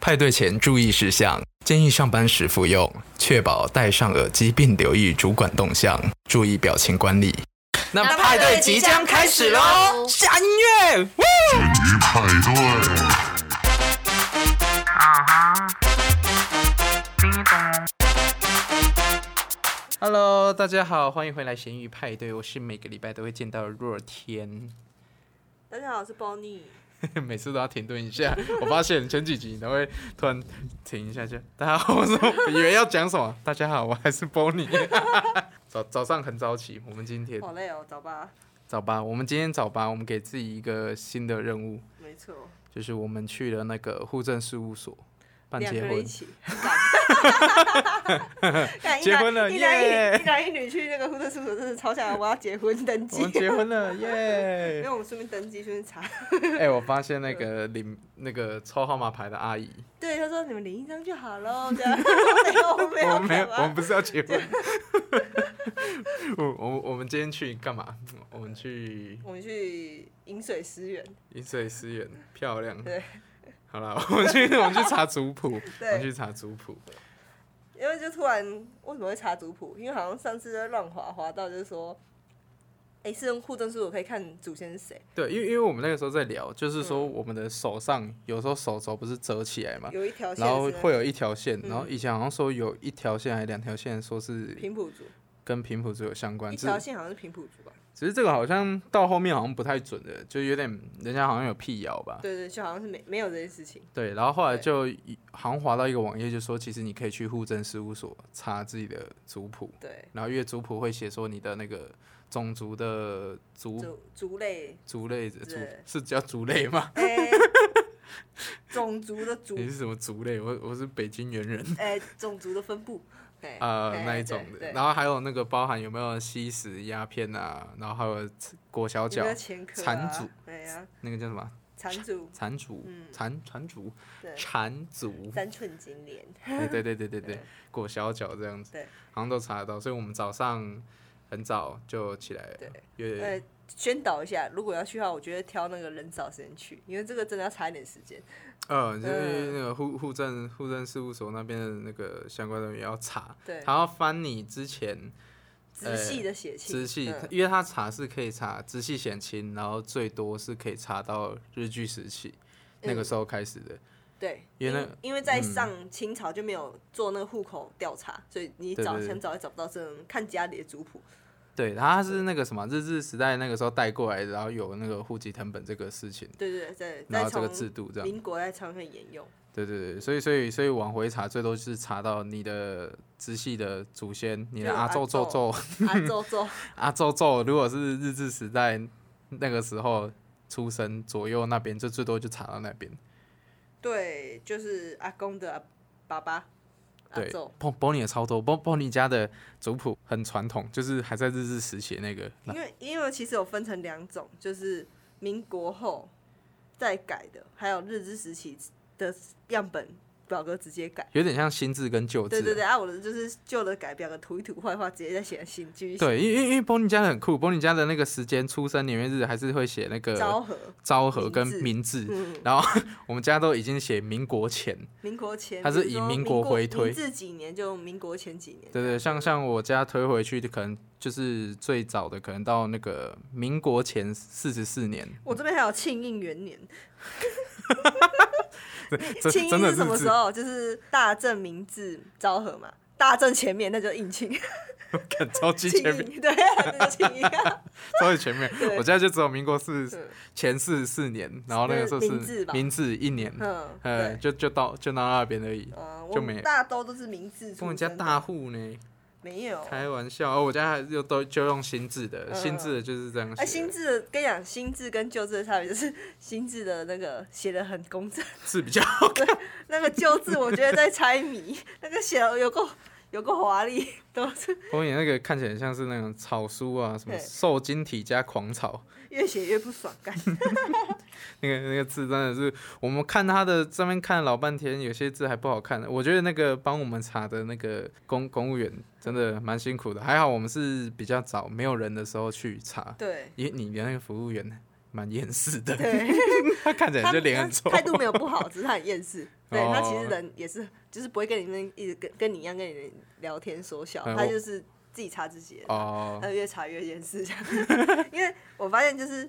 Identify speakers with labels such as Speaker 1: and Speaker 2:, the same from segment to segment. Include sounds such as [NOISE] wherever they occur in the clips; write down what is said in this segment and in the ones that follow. Speaker 1: 派对前注意事项：建议上班时服用，确保戴上耳机并留意主管动向，注意表情管理。那
Speaker 2: 那派对即将开始喽
Speaker 1: 下音乐。
Speaker 3: 鱼派对。
Speaker 2: 啊
Speaker 1: Hello，大家好，欢迎回来咸鱼派对，我是每个礼拜都会见到的若天，
Speaker 2: 大家好，我是 Bonnie。
Speaker 1: 每次都要停顿一下。我发现前几集你都会突然停一下就，大家好，我说以为要讲什么，大家好，我还是 Bonnie。早早上很早起，我们今天
Speaker 2: 好累哦，早吧，
Speaker 1: 早八，我们今天早八，我们给自己一个新的任务，
Speaker 2: 没错，
Speaker 1: 就是我们去了那个户政事务所办
Speaker 2: 两
Speaker 1: 结
Speaker 2: 个人一
Speaker 1: 婚， [LAUGHS]
Speaker 2: 起，很 [LAUGHS] 敢
Speaker 1: 结婚了
Speaker 2: 一男一
Speaker 1: 耶
Speaker 2: 女，一男一女去那个婚政事务所，真的超想我要结婚登
Speaker 1: 我
Speaker 2: 记
Speaker 1: 们。结婚了
Speaker 2: [LAUGHS] 因
Speaker 1: 耶
Speaker 2: 为！我们顺便登记，顺便查。
Speaker 1: 哎、我发现那个领那个抽号码牌的阿姨，
Speaker 2: 对，他说你们领一张就好喽，这样。 [LAUGHS] 没有，我没
Speaker 1: 我
Speaker 2: 有，
Speaker 1: 们没有，
Speaker 2: 干
Speaker 1: 我
Speaker 2: 嘛
Speaker 1: 们不是要结
Speaker 2: [LAUGHS]
Speaker 1: 婚。 [LAUGHS] 我我我们今天去干嘛？我们去
Speaker 2: 我们去饮水思源，
Speaker 1: 饮水思源，漂亮。
Speaker 2: 对。
Speaker 1: 好了，我们去我们去查族谱，我
Speaker 2: 对
Speaker 1: 们去查族谱。
Speaker 2: 因为就突然为什么会查族谱？因为好像上次在乱滑滑到，就是说，哎、是用户政事务所可以看祖先是谁，
Speaker 1: 对，因为因为我们那个时候在聊，就是说我们的手上有时候手肘不是折起来嘛，
Speaker 2: 嗯有一条线
Speaker 1: 然后
Speaker 2: 是
Speaker 1: 会有一条线，
Speaker 2: 嗯
Speaker 1: 然后以前好像说有一条线还是两条线，说是
Speaker 2: 平埔族，
Speaker 1: 跟平埔族有相关，
Speaker 2: 一
Speaker 1: 只
Speaker 2: 条线好像是平埔族吧？
Speaker 1: 只是这个好像到后面好像不太准的，就有点人家好像有辟谣吧。
Speaker 2: 对对，就好像是没没有这件事情。
Speaker 1: 对，然后后来
Speaker 2: 对
Speaker 1: 就一好像滑到一个网页，就说其实你可以去户政事务所查自己的族谱，
Speaker 2: 对，
Speaker 1: 然后因为族谱会写说你的那个种族的族
Speaker 2: 族
Speaker 1: [LAUGHS]
Speaker 2: 族类，
Speaker 1: 族类的族
Speaker 2: 对
Speaker 1: 是叫族类吗？
Speaker 2: 哎、种族的族，
Speaker 1: 你是什么族类？我我是北京猿人。
Speaker 2: 哎、种族的分布，哎、
Speaker 1: 呃，
Speaker 2: 哎
Speaker 1: 那一
Speaker 2: 对
Speaker 1: 种的，
Speaker 2: 对
Speaker 1: 然后还有那个包含有没有吸食鸦片啊，然后还有裹小
Speaker 2: 有
Speaker 1: 脚
Speaker 2: 没有，前科、啊？
Speaker 1: 缠族，
Speaker 2: 对呀、
Speaker 1: 那个叫什么
Speaker 2: 缠族，
Speaker 1: 缠足、
Speaker 2: 嗯
Speaker 1: 缠缠
Speaker 2: [LAUGHS]
Speaker 1: 足、
Speaker 2: 对，
Speaker 1: 缠足，
Speaker 2: 三寸金莲，
Speaker 1: 哎对对对对对对
Speaker 2: 对，
Speaker 1: 裹小脚这样子
Speaker 2: 对，
Speaker 1: 好像都查得到，所以我们早上很早就起来了
Speaker 2: 对，
Speaker 1: 有点
Speaker 2: 呃，宣导一下，如果要去的话，我觉得挑那个人少时间去，因为这个真的要差一点时间。
Speaker 1: 呃，就是
Speaker 2: 嗯
Speaker 1: 那个户户政户政事务所那边的那个相关人员要查，
Speaker 2: 对，
Speaker 1: 他要翻你之前
Speaker 2: 仔细的写清，
Speaker 1: 直系，
Speaker 2: 嗯
Speaker 1: 因为他查是可以查直系显亲，然后最多是可以查到日据时期
Speaker 2: 嗯
Speaker 1: 那个时候开始的，
Speaker 2: 对，
Speaker 1: 因为那
Speaker 2: 因为在
Speaker 1: 嗯
Speaker 2: 上清朝就没有做那个户口调查，所以你
Speaker 1: 对
Speaker 2: 找
Speaker 1: 对对
Speaker 2: 想找也找不到这种看家里的族谱。
Speaker 1: 对，他是那个什么日治时代那个时候带过来的，然后有那个户籍成本这个事情，
Speaker 2: 对对对，
Speaker 1: 然
Speaker 2: 再
Speaker 1: 后
Speaker 2: 再
Speaker 1: 这
Speaker 2: 从
Speaker 1: 个制度这样。
Speaker 2: 民国再长远沿用。
Speaker 1: 对对对，所以所以所以往回查，最多是查到你的直系的祖先，你的
Speaker 2: 就
Speaker 1: 阿
Speaker 2: 阿
Speaker 1: 宙宙
Speaker 2: 宙
Speaker 1: 宙
Speaker 2: 啊，周周，
Speaker 1: [LAUGHS] 阿宙宙，如果是日治时代那个时候出生左右那边，就最多就查到那边。
Speaker 2: 对，就是阿公的阿爸爸，阿
Speaker 1: 对
Speaker 2: 周，
Speaker 1: ，Bon b o n 也超多，Bon b o n 家的族谱很传统，就是还在日治时期那个。
Speaker 2: 因为因为其实有分成两种，就是民国后再改的，还有日治时期的样本表格直接改。
Speaker 1: 有点像新制跟旧制、啊，
Speaker 2: 对对对，啊，我的就是旧的改表格涂一涂坏话，直接再写新继续写
Speaker 1: 对因为因为因为 Bonnie 家的很酷，Bonnie 家的那个时间、出生年月日还是会写那
Speaker 2: 昭
Speaker 1: 个
Speaker 2: 和，
Speaker 1: 昭和跟
Speaker 2: 明
Speaker 1: 明治，
Speaker 2: 嗯，
Speaker 1: 然后我们家都已经写民国前，
Speaker 2: 民国前，
Speaker 1: 它是
Speaker 2: 比如
Speaker 1: 以
Speaker 2: 说
Speaker 1: 民
Speaker 2: 民
Speaker 1: 国回推
Speaker 2: 这几年就民国前几年，
Speaker 1: 对对，像像我家推回去，可能就是最早的，可能到那个民国前四十四
Speaker 2: [LAUGHS]
Speaker 1: 年，
Speaker 2: 我这边还有庆应元年， [LAUGHS]
Speaker 1: 这
Speaker 2: 庆
Speaker 1: 真
Speaker 2: 应
Speaker 1: 的
Speaker 2: 是什么
Speaker 1: 日
Speaker 2: 时候？就是大正明治昭和嘛，大正前面那就
Speaker 1: [LAUGHS]
Speaker 2: 应庆，
Speaker 1: 志超级
Speaker 2: 庆
Speaker 1: 前面，
Speaker 2: 应 [LAUGHS] 对，那就庆
Speaker 1: [LAUGHS]
Speaker 2: 应。
Speaker 1: 超级前面。
Speaker 2: 对
Speaker 1: 我家就只有民国四
Speaker 2: 嗯
Speaker 1: 前四十四年，然后那个时候
Speaker 2: 明治
Speaker 1: 是
Speaker 2: 吧
Speaker 1: 明治一年，
Speaker 2: 嗯，
Speaker 1: 呃，
Speaker 2: 对，
Speaker 1: 就就到就到那边而已。
Speaker 2: 呃，
Speaker 1: 就
Speaker 2: 我
Speaker 1: 没
Speaker 2: 们大都都是明治
Speaker 1: 跟
Speaker 2: 出
Speaker 1: 我
Speaker 2: 身
Speaker 1: 家
Speaker 2: 的，
Speaker 1: 大户呢，
Speaker 2: 没有。
Speaker 1: 开玩笑，哦而我家还又都就用新制的，
Speaker 2: 嗯
Speaker 1: 新制的就是这样
Speaker 2: 哎，
Speaker 1: 写
Speaker 2: 新
Speaker 1: 的，
Speaker 2: 制的跟你讲，新制跟旧制的差别就是新制的那个写的很工整， [LAUGHS]
Speaker 1: 是比较 [LAUGHS] 好看。
Speaker 2: 那个旧制我觉得在猜谜， [LAUGHS] 那个写的有够有够华丽，都是
Speaker 1: 我演那个看起来很像是那种草书啊，什么
Speaker 2: 对
Speaker 1: 瘦金体加狂草，
Speaker 2: 越写越不爽感。
Speaker 1: [LAUGHS] 那个那个字真的是，我们看他的上面看了老半天，有些字还不好看。我觉得那个帮我们查的那个公公务员真的蛮辛苦的，还好我们是比较早没有人的时候去查，
Speaker 2: 对，
Speaker 1: 因为你的那个服务员蛮厌世的，
Speaker 2: 对，
Speaker 1: 他看起来
Speaker 2: 他
Speaker 1: 就脸很臭
Speaker 2: 他，态度没有不好，只是他很厌世。对
Speaker 1: 哦
Speaker 2: 他其实人也是，就是不会跟你们一直跟跟你一样跟你聊天说笑，
Speaker 1: 嗯
Speaker 2: 他
Speaker 1: 我
Speaker 2: 就是自己查自己的，
Speaker 1: 哦
Speaker 2: 他越查越严实，这样。 [LAUGHS] 因为我发现就是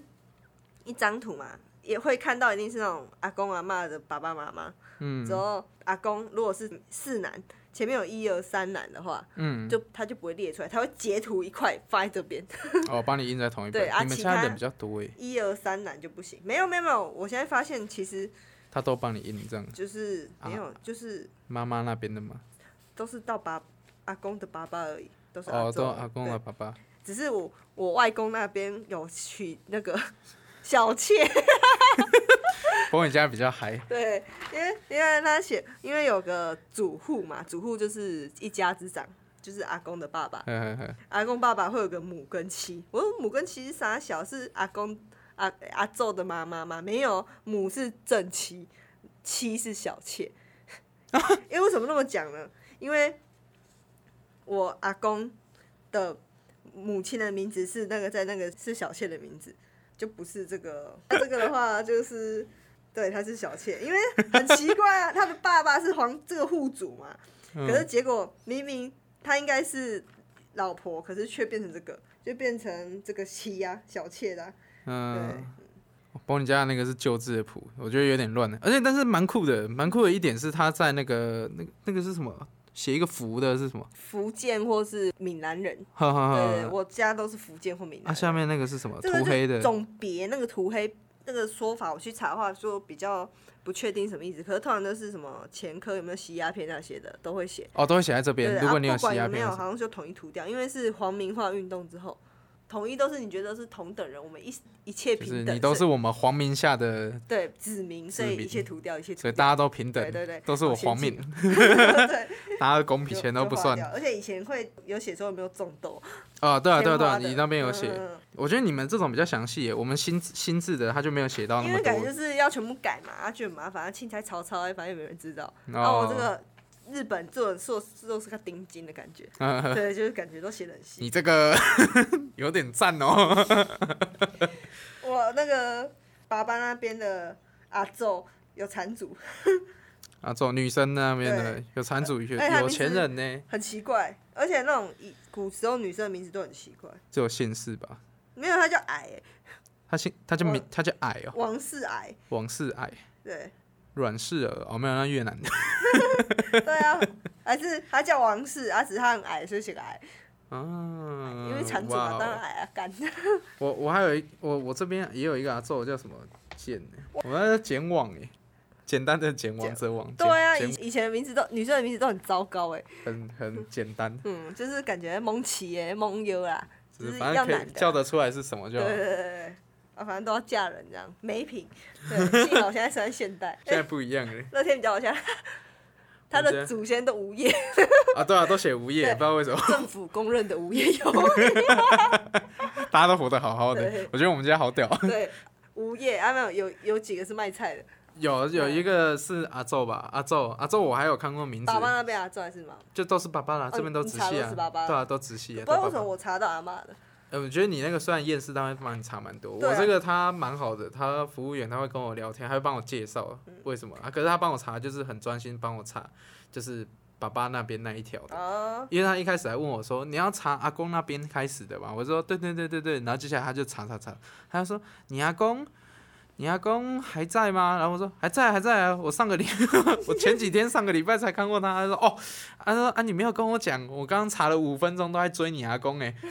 Speaker 2: 一张图嘛，也会看到一定是那种阿公阿嬷的爸爸妈妈，
Speaker 1: 嗯
Speaker 2: 之后阿公如果是四男，前面有一二三男的话，
Speaker 1: 嗯，
Speaker 2: 就他就不会列出来，他会截图一块放在这边，
Speaker 1: 哦，帮你印在同一本。
Speaker 2: 对啊
Speaker 1: 你们
Speaker 2: 其
Speaker 1: 现在
Speaker 2: 他
Speaker 1: 人比较多欸诶，
Speaker 2: 一二三男就不行。没有没有没有，我现在发现其实
Speaker 1: 他都帮你印这样。
Speaker 2: 就是
Speaker 1: 啊
Speaker 2: 没有，就是
Speaker 1: 妈妈那边的嘛，
Speaker 2: 都是到爸阿公的爸爸而已，都是
Speaker 1: 哦，
Speaker 2: 祖
Speaker 1: 都阿公
Speaker 2: 对
Speaker 1: 啊，爸爸。
Speaker 2: 只是我我外公那边有娶那个 [LAUGHS] 小妾，
Speaker 1: 不过你现在比较嗨，
Speaker 2: 对，因为因为他写，因为有个祖父嘛，祖父就是一家之长，就是阿公的爸爸，
Speaker 1: 呵呵呵，
Speaker 2: 阿公爸爸会有个母跟妻，我说母跟妻是啥小？是阿公阿阿昼的妈妈吗？没有，母是正妻，妻是小妾。因为为什么那么讲呢？因为我阿公的母亲的名字是那个在那个是小妾的名字，就不是这个。那这个的话就是。对，她是小妾，因为很奇怪啊，她的爸爸是皇这个户主嘛，可是
Speaker 1: 嗯，
Speaker 2: 结果明明他应该是老婆，可是却变成这个，就变成这个妻呀、小妾啊啦、
Speaker 1: 嗯，帮你家的那个是旧制的谱，我觉得有点乱啊的，而且但是蛮酷的，蛮酷的一点是他在那个那个那个是什么，写一个符的是什么？
Speaker 2: 福建或是闽南人，
Speaker 1: 呵呵
Speaker 2: 对
Speaker 1: 呵。
Speaker 2: 我家都是福建或闽南
Speaker 1: 啊，
Speaker 2: 人。
Speaker 1: 下面那个是什么？
Speaker 2: 这
Speaker 1: 涂
Speaker 2: 个
Speaker 1: 黑的
Speaker 2: 就。总别那个涂黑那个说法，我去查的话说比较不确定什么意思，可是通常都是什么前科有没有吸鸦片那些的都会
Speaker 1: [LAUGHS]
Speaker 2: 写。
Speaker 1: 哦，都会写在这
Speaker 2: 对，
Speaker 1: 边。如果你
Speaker 2: 啊、
Speaker 1: 有
Speaker 2: 不
Speaker 1: 吸
Speaker 2: 管
Speaker 1: 鸦
Speaker 2: 有没
Speaker 1: 片
Speaker 2: 有，
Speaker 1: 的时候，
Speaker 2: 好像就统一涂掉，因为是皇民化运动之后，统一都是你觉得是同等人，我们一一切
Speaker 1: 就
Speaker 2: 平
Speaker 1: 是
Speaker 2: 等，
Speaker 1: 你都是我们皇民下的，
Speaker 2: 对子民，所以
Speaker 1: 子民
Speaker 2: 一切涂掉，一切涂
Speaker 1: 所以
Speaker 2: 掉。
Speaker 1: 大家都平等，
Speaker 2: 对对对，
Speaker 1: 都是我
Speaker 2: 好先
Speaker 1: 皇民
Speaker 2: 进， [LAUGHS] 对，
Speaker 1: [LAUGHS] 大家公
Speaker 2: 就
Speaker 1: 平钱都不。
Speaker 2: 就划
Speaker 1: 算。
Speaker 2: 掉而且以前会有写说有没有种豆，
Speaker 1: 啊，对啊，对啊，对
Speaker 2: 天
Speaker 1: 啊，
Speaker 2: 花的
Speaker 1: 你那边有
Speaker 2: 嗯
Speaker 1: 写。
Speaker 2: 嗯
Speaker 1: 我觉得你们这种比较详细耶，我们新新制的他就没有写到
Speaker 2: 嗯
Speaker 1: 那
Speaker 2: 因
Speaker 1: 么
Speaker 2: 为感觉就
Speaker 1: 多。
Speaker 2: 是要全部改嘛，啊，就很麻烦，钦差曹操，哎反正也没人知道。然后我这
Speaker 1: 哦，
Speaker 2: 个日本做的硕士都是个钉金的感
Speaker 1: [LAUGHS]
Speaker 2: 觉，
Speaker 1: 嗯
Speaker 2: 对，就是感觉都写得很细。
Speaker 1: 你这个 [LAUGHS] 有点赞哦。
Speaker 2: 我那个爸爸那边的阿昼有缠足，
Speaker 1: 啊，这种女生那边的有产主有
Speaker 2: 哎他
Speaker 1: 有
Speaker 2: 名字
Speaker 1: 钱人呢，
Speaker 2: 很奇怪，而且那种以古时候女生的名字都很奇怪，
Speaker 1: 只有姓氏吧？
Speaker 2: 没有他叫矮欸、
Speaker 1: 他姓他叫名
Speaker 2: 我
Speaker 1: 他叫矮哦，
Speaker 2: 王氏矮，
Speaker 1: 王氏矮，
Speaker 2: 对。
Speaker 1: 阮氏儿哦，没有那越
Speaker 2: [LAUGHS]
Speaker 1: 南的。
Speaker 2: 对啊，还是他叫王氏，啊，只是他很矮，所以写个矮，
Speaker 1: 啊，
Speaker 2: 因为产主
Speaker 1: 哇
Speaker 2: 嘛，
Speaker 1: 哦
Speaker 2: 当然矮啊，
Speaker 1: [LAUGHS]
Speaker 2: 干。 [LAUGHS]
Speaker 1: 我我还有一我我这边也有一个阿宙叫什么简呢、我们在简网哎、简单的简王者网，
Speaker 2: 对啊，以
Speaker 1: 简简
Speaker 2: 以前的名字都女生的名字都很糟糕哎，
Speaker 1: 很很简单，
Speaker 2: 嗯，就是感觉蒙奇哎、蒙优啦，
Speaker 1: 只
Speaker 2: 就是是
Speaker 1: 反正
Speaker 2: 要
Speaker 1: 可
Speaker 2: 男
Speaker 1: 以
Speaker 2: 的
Speaker 1: 叫
Speaker 2: 啊，
Speaker 1: 得出来是什么就
Speaker 2: 对
Speaker 1: 好。
Speaker 2: 对对对对，啊，反正都要嫁人这样，没品。对，幸好现在是在现代，
Speaker 1: [LAUGHS] 现在不一样了、
Speaker 2: [LAUGHS] 乐天比较
Speaker 1: [LAUGHS]
Speaker 2: 好像他
Speaker 1: 我觉得
Speaker 2: 的祖先都
Speaker 1: [LAUGHS]
Speaker 2: 无业，
Speaker 1: 啊！对啊，都写无业，
Speaker 2: 对
Speaker 1: 不知道为什么
Speaker 2: 政府公认的无
Speaker 1: [LAUGHS]
Speaker 2: 业游
Speaker 1: 大家都活得好好的
Speaker 2: 对。
Speaker 1: 我觉得我们家好屌，
Speaker 2: 民，对，无业啊没有有有几个是卖菜的，
Speaker 1: 有有一个是阿宙吧，阿宙阿宙，我还有看过名字
Speaker 2: 爸，爸那边啊，做还是吗？
Speaker 1: 就都是爸爸啦，这边都
Speaker 2: 你
Speaker 1: 直
Speaker 2: 查
Speaker 1: 系
Speaker 2: 都
Speaker 1: 啊，
Speaker 2: 是爸爸
Speaker 1: 对啊，都直系啊。
Speaker 2: 不知
Speaker 1: 都
Speaker 2: 道
Speaker 1: 爸
Speaker 2: 为什么
Speaker 1: 爸。
Speaker 2: 我查到阿妈的。
Speaker 1: 呃，我觉得你那个虽然厌世，但会帮你查蛮多。
Speaker 2: 对啊
Speaker 1: 我这个他蛮好的，他服务员他会跟我聊天，他会帮我介绍为什么、啊。可是他帮我查就是很专心帮我查，就是爸爸那边那一条的。
Speaker 2: 哦，
Speaker 1: 因为他一开始还问我说：“你要查阿公那边开始的吧？”我说：“对对对对对。”然后接下来他就查查查，他就说：“你阿公，你阿公还在吗？”然后我说：“还在，还在啊！我上个礼， [LAUGHS] 我前几天上个礼拜才看过他。”他说：“哦，他说啊，你没有跟我讲，我刚刚查了五分钟都在追你阿公哎、 [LAUGHS]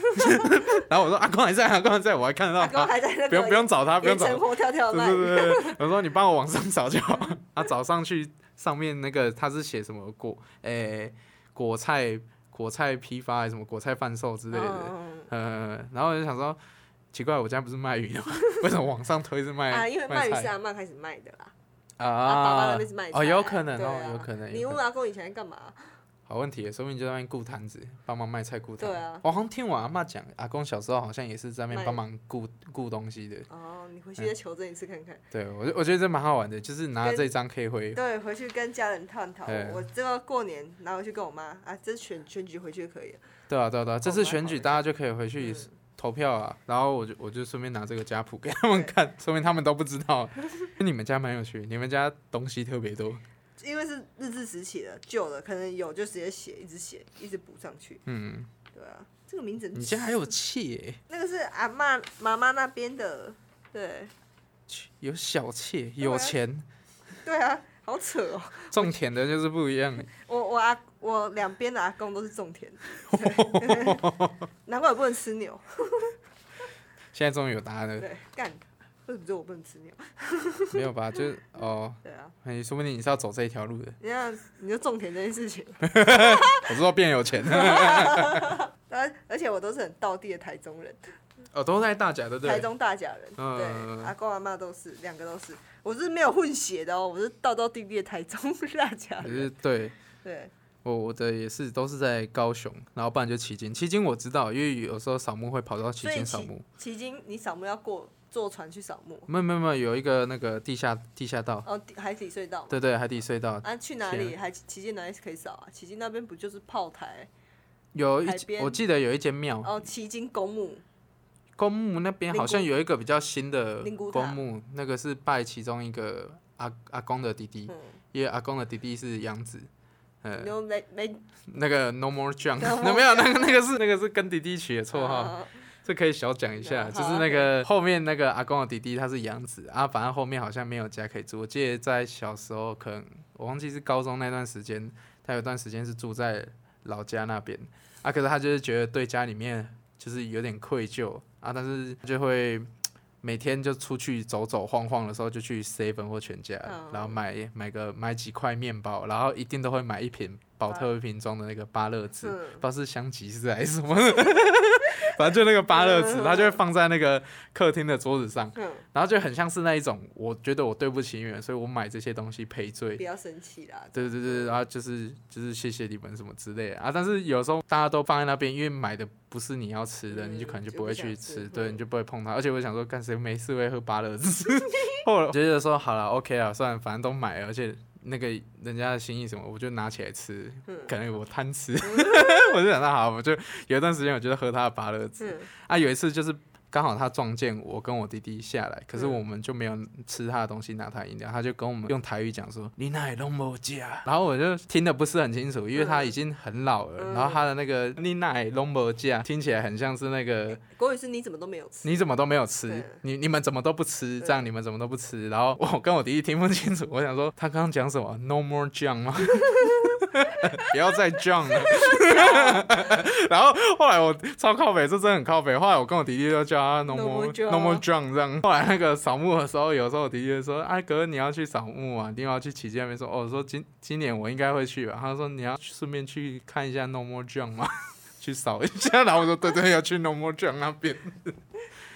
Speaker 1: 然后我说：“阿公还在，阿公还在，我还看得
Speaker 2: 阿
Speaker 1: 到
Speaker 2: 公
Speaker 1: 他，
Speaker 2: 还在那个
Speaker 1: 不用不用找他，不用
Speaker 2: 盐
Speaker 1: 找他
Speaker 2: 城活跳跳
Speaker 1: 对
Speaker 2: 卖。
Speaker 1: 对对
Speaker 2: [LAUGHS]
Speaker 1: 对，我说你帮我往上找就好。 [LAUGHS] 啊，找上去上面那个他是写什么果诶、果菜果菜批发还是什么果菜贩售之类的，
Speaker 2: 嗯
Speaker 1: 呃，然后我就想说，奇怪，我家不是卖鱼的
Speaker 2: [LAUGHS]
Speaker 1: 吗？为什么往上推是卖
Speaker 2: 啊，因为鳗
Speaker 1: 卖
Speaker 2: 鱼
Speaker 1: 菜
Speaker 2: 是阿妈开始卖的啦，啊，爸爸那
Speaker 1: 啊
Speaker 2: 边是卖菜啊
Speaker 1: 哦，有可能
Speaker 2: 对
Speaker 1: 哦
Speaker 2: 啊，
Speaker 1: 有可能。
Speaker 2: 你
Speaker 1: 有可
Speaker 2: 问
Speaker 1: 能
Speaker 2: 阿公以前在干嘛？
Speaker 1: 好问题耶，说不定就在那边雇摊子，帮忙卖菜雇摊。
Speaker 2: 对啊
Speaker 1: 我好像听我阿妈讲，阿公小时候好像也是在那边
Speaker 2: 卖
Speaker 1: 帮忙雇雇东西的。
Speaker 2: 哦，你回去再求证一次看看。
Speaker 1: 对我觉我觉得这蛮好玩的，就是拿
Speaker 2: 跟
Speaker 1: 这张可以回
Speaker 2: 对，回去跟家人探讨
Speaker 1: 对。
Speaker 2: 我这个过年拿回去跟我妈啊，这选选举回去就可以了。
Speaker 1: 对啊，对啊，对啊，这
Speaker 2: 哦
Speaker 1: 次
Speaker 2: 蛮
Speaker 1: 选
Speaker 2: 好嗯
Speaker 1: 举
Speaker 2: 的
Speaker 1: 大家就可以回去投票啊，然后我就我就顺便拿这个家谱 [LAUGHS] 给他们看，说明他们都不知道。你们家蛮有趣，你们家东西特别多，
Speaker 2: 因为是日治时期的旧的，可能有就直接写，一直写，一直补上去。
Speaker 1: 嗯，
Speaker 2: 对啊，这个名字很
Speaker 1: 你家还有妾欸、
Speaker 2: 那个是阿妈妈妈那边的，对
Speaker 1: 切有小
Speaker 2: [LAUGHS]
Speaker 1: 妾，有
Speaker 2: 啊
Speaker 1: 钱，
Speaker 2: 对啊，好扯哦。
Speaker 1: 种田的就是不一
Speaker 2: [LAUGHS]
Speaker 1: 样欸。
Speaker 2: 我我阿我两边的阿公都是种田的，对 [LAUGHS] 难怪我不能吃牛。
Speaker 1: 现在终于有答案了，
Speaker 2: 对，干，为什么只有我不能吃牛？
Speaker 1: 没有吧？就是哦，
Speaker 2: 对啊，
Speaker 1: 哎，说不定你是要走这一条路的。
Speaker 2: 你看你就种田这件事情， [LAUGHS]
Speaker 1: 我知道变有钱，
Speaker 2: 而而且我都是很道地的台中人，
Speaker 1: 哦，都在大甲，对不
Speaker 2: 台
Speaker 1: 对？
Speaker 2: 中大甲人，
Speaker 1: 嗯嗯嗯
Speaker 2: 对，阿公阿妈都是，两个都是，我是没有混血的哦，我是道道地地的台中大甲
Speaker 1: 也
Speaker 2: 人
Speaker 1: 是，对，
Speaker 2: 对，
Speaker 1: 我我的也是都是在高雄，然后不然就旗津。旗津我知道，因为有时候扫墓会跑到旗
Speaker 2: 所以
Speaker 1: 津扫
Speaker 2: 迄
Speaker 1: 墓。
Speaker 2: 迄今你扫墓要过坐船去扫墓，
Speaker 1: 没有没有没有，有一个那个地下地下道，
Speaker 2: 哦，海底隧道嘛，
Speaker 1: 对对，海底隧道
Speaker 2: 啊，去哪
Speaker 1: 天
Speaker 2: 里？还旗津哪里可以扫啊？旗津那边不就是炮台？
Speaker 1: 有一
Speaker 2: 海
Speaker 1: 间，
Speaker 2: 边
Speaker 1: 我记得有一间庙，
Speaker 2: 哦，旗津公墓，
Speaker 1: 公墓那边好像有一个比较新的
Speaker 2: 灵骨塔
Speaker 1: 公墓，那个是拜其中一个阿阿公的弟弟，
Speaker 2: 嗯，
Speaker 1: 因为阿公的弟弟是养子，呃
Speaker 2: 你，又没没
Speaker 1: 那个 No More John，
Speaker 2: No
Speaker 1: [LAUGHS]
Speaker 2: More
Speaker 1: 那没有那个那个是那个是跟弟弟取的绰号。
Speaker 2: 啊
Speaker 1: 这可以小讲一下，
Speaker 2: 嗯
Speaker 1: 就
Speaker 2: 好
Speaker 1: 是那个后面那个阿公的弟弟他是养子啊，反正后面好像没有家可以住。我记得在小时候，可能我忘记是高中那段时间，他有段时间是住在老家那边啊，可是他就是觉得对家里面就是有点愧疚啊，但是就会每天就出去走走晃晃的时候，就去 seven 或全家，
Speaker 2: 嗯
Speaker 1: 然后买买个买几块面包，然后一定都会买一瓶宝特瓶装的那个芭乐汁，
Speaker 2: 嗯
Speaker 1: 不知道是香吉士还是什么。 [LAUGHS] 反正就那个芭乐纸，
Speaker 2: 嗯
Speaker 1: 它就会放在那个客厅的桌子上，
Speaker 2: 嗯，
Speaker 1: 然后就很像是那一种，我觉得我对不起你们，所以我买这些东西赔罪
Speaker 2: 不。要生气啦。
Speaker 1: 对对对，然后就是就是谢谢你们什么之类的啊，但是有时候大家都放在那边，因为买的不是你要吃的，
Speaker 2: 嗯
Speaker 1: 你就可能就
Speaker 2: 就
Speaker 1: 不会
Speaker 2: 不想
Speaker 1: 去
Speaker 2: 吃
Speaker 1: 吃，
Speaker 2: 嗯
Speaker 1: 对，你就不会碰它。而且我想说，干谁没事会喝芭乐
Speaker 2: [LAUGHS]
Speaker 1: 汁？后来我觉得说好了，OK 了，算了，反正都买了，而且那个人家的心意什么，我就拿起来吃，
Speaker 2: 嗯
Speaker 1: 可能我贪
Speaker 2: [LAUGHS]
Speaker 1: 吃，我就想到好，我就有一段时间我就在喝他的芭乐汁，
Speaker 2: 嗯，
Speaker 1: 啊，有一次就是刚好他撞见我跟我弟弟下来，可是
Speaker 2: 嗯
Speaker 1: 我们就没有吃他的东西，拿他的饮料，他就跟我们用台语讲说：“你哪里都没加。”然后我就听得不是很清楚，因为他已经很老了，
Speaker 2: 嗯
Speaker 1: 然后他的那个“你哪里都没加”听起来很像是那个
Speaker 2: [LAUGHS] 国语是你怎么都没有吃，
Speaker 1: 你怎么都没有吃
Speaker 2: 对，
Speaker 1: 你你们怎么都不吃，
Speaker 2: 对
Speaker 1: 这样你们怎么都不吃。然后我跟我弟弟听不清楚，我想说他刚刚讲什么？No more John 吗？ [LAUGHS] 不要再 John 了。 [LAUGHS] 然后后来我超靠北，这真的很靠北。后来我跟我弟弟就叫他 No
Speaker 2: No
Speaker 1: more
Speaker 2: more John
Speaker 1: No more John 这样。后来那个扫墓的时候，有时候我弟弟就说：“哎哥，你要去扫墓啊？你要去旗舰那边说，哦，我说今今年我应该会去吧。”他说：“你要顺便去看一下 No more John 吗？”去扫一下，然后我说：“对对，要去 No more John 那边。” [LAUGHS]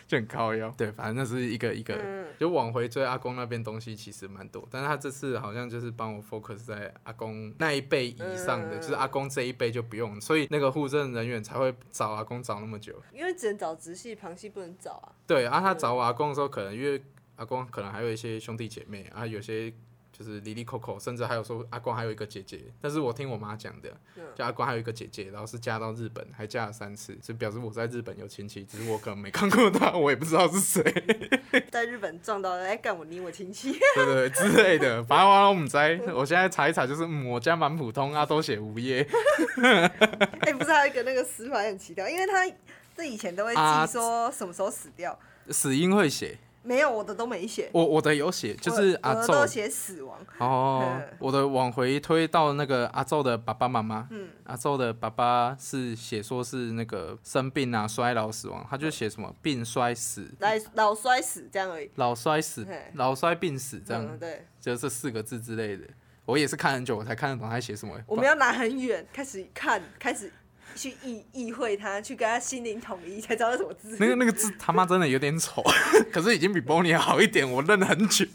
Speaker 1: 就很靠腰。对，反正那是一个一个，
Speaker 2: 嗯
Speaker 1: 就往回追阿公那边东西其实蛮多，但是他这次好像就是帮我 focus 在阿公那一辈以上的，
Speaker 2: 嗯
Speaker 1: 就是阿公这一辈就不用，所以那个户政人员才会找阿公找那么久。
Speaker 2: 因为只能找直系，旁系不能找啊。 [LAUGHS]
Speaker 1: 对，啊，他找我阿公的时候，可能因为阿公可能还有一些兄弟姐妹啊，有些。就是离离扣扣，甚至还有说阿公还有一个姐姐，但是我听我妈讲的，
Speaker 2: 嗯
Speaker 1: 就阿公还有一个姐姐，然后是嫁到日本，还嫁了三次，就表示我在日本有亲戚，只是我可能没看过她，我也不知道是
Speaker 2: [LAUGHS]
Speaker 1: 谁。
Speaker 2: 在日本撞到，哎，干我你我亲戚， [LAUGHS]
Speaker 1: 对对对之类的，反正我们在，我现在查一查，就是嗯我家蛮普通啊，都写无业
Speaker 2: 哎，不是还有一个那个死法也很奇妙，因为他这以前都会
Speaker 1: 啊
Speaker 2: 记说什么时候死掉，
Speaker 1: 死因会写，没
Speaker 2: 有我的都没写，
Speaker 1: 我我的有写，就是啊
Speaker 2: 我
Speaker 1: 阿
Speaker 2: 的
Speaker 1: 宙
Speaker 2: 都写死亡，
Speaker 1: 哦
Speaker 2: 嗯，
Speaker 1: 我的往回推到那个阿宙的爸爸妈妈，
Speaker 2: 嗯
Speaker 1: 阿宙的爸爸是写说是那个生病啊、衰老、死亡，他就写什么病衰死、
Speaker 2: 来老衰死这样而已。
Speaker 1: 老衰死
Speaker 2: 嘿、
Speaker 1: 老衰病死这
Speaker 2: 嗯
Speaker 1: 样，
Speaker 2: 对，
Speaker 1: 就这四个字之类的。我也是看很久，我才看得懂他在写什么。
Speaker 2: 我们要拿很远开始看，开始去意意会他，去跟他心灵统一，才知道是什么字。
Speaker 1: 那
Speaker 2: [LAUGHS]
Speaker 1: 个那个字他妈真的有点丑， [LAUGHS] 可是已经比 Bonnie 好一点，我认了很久， [LAUGHS]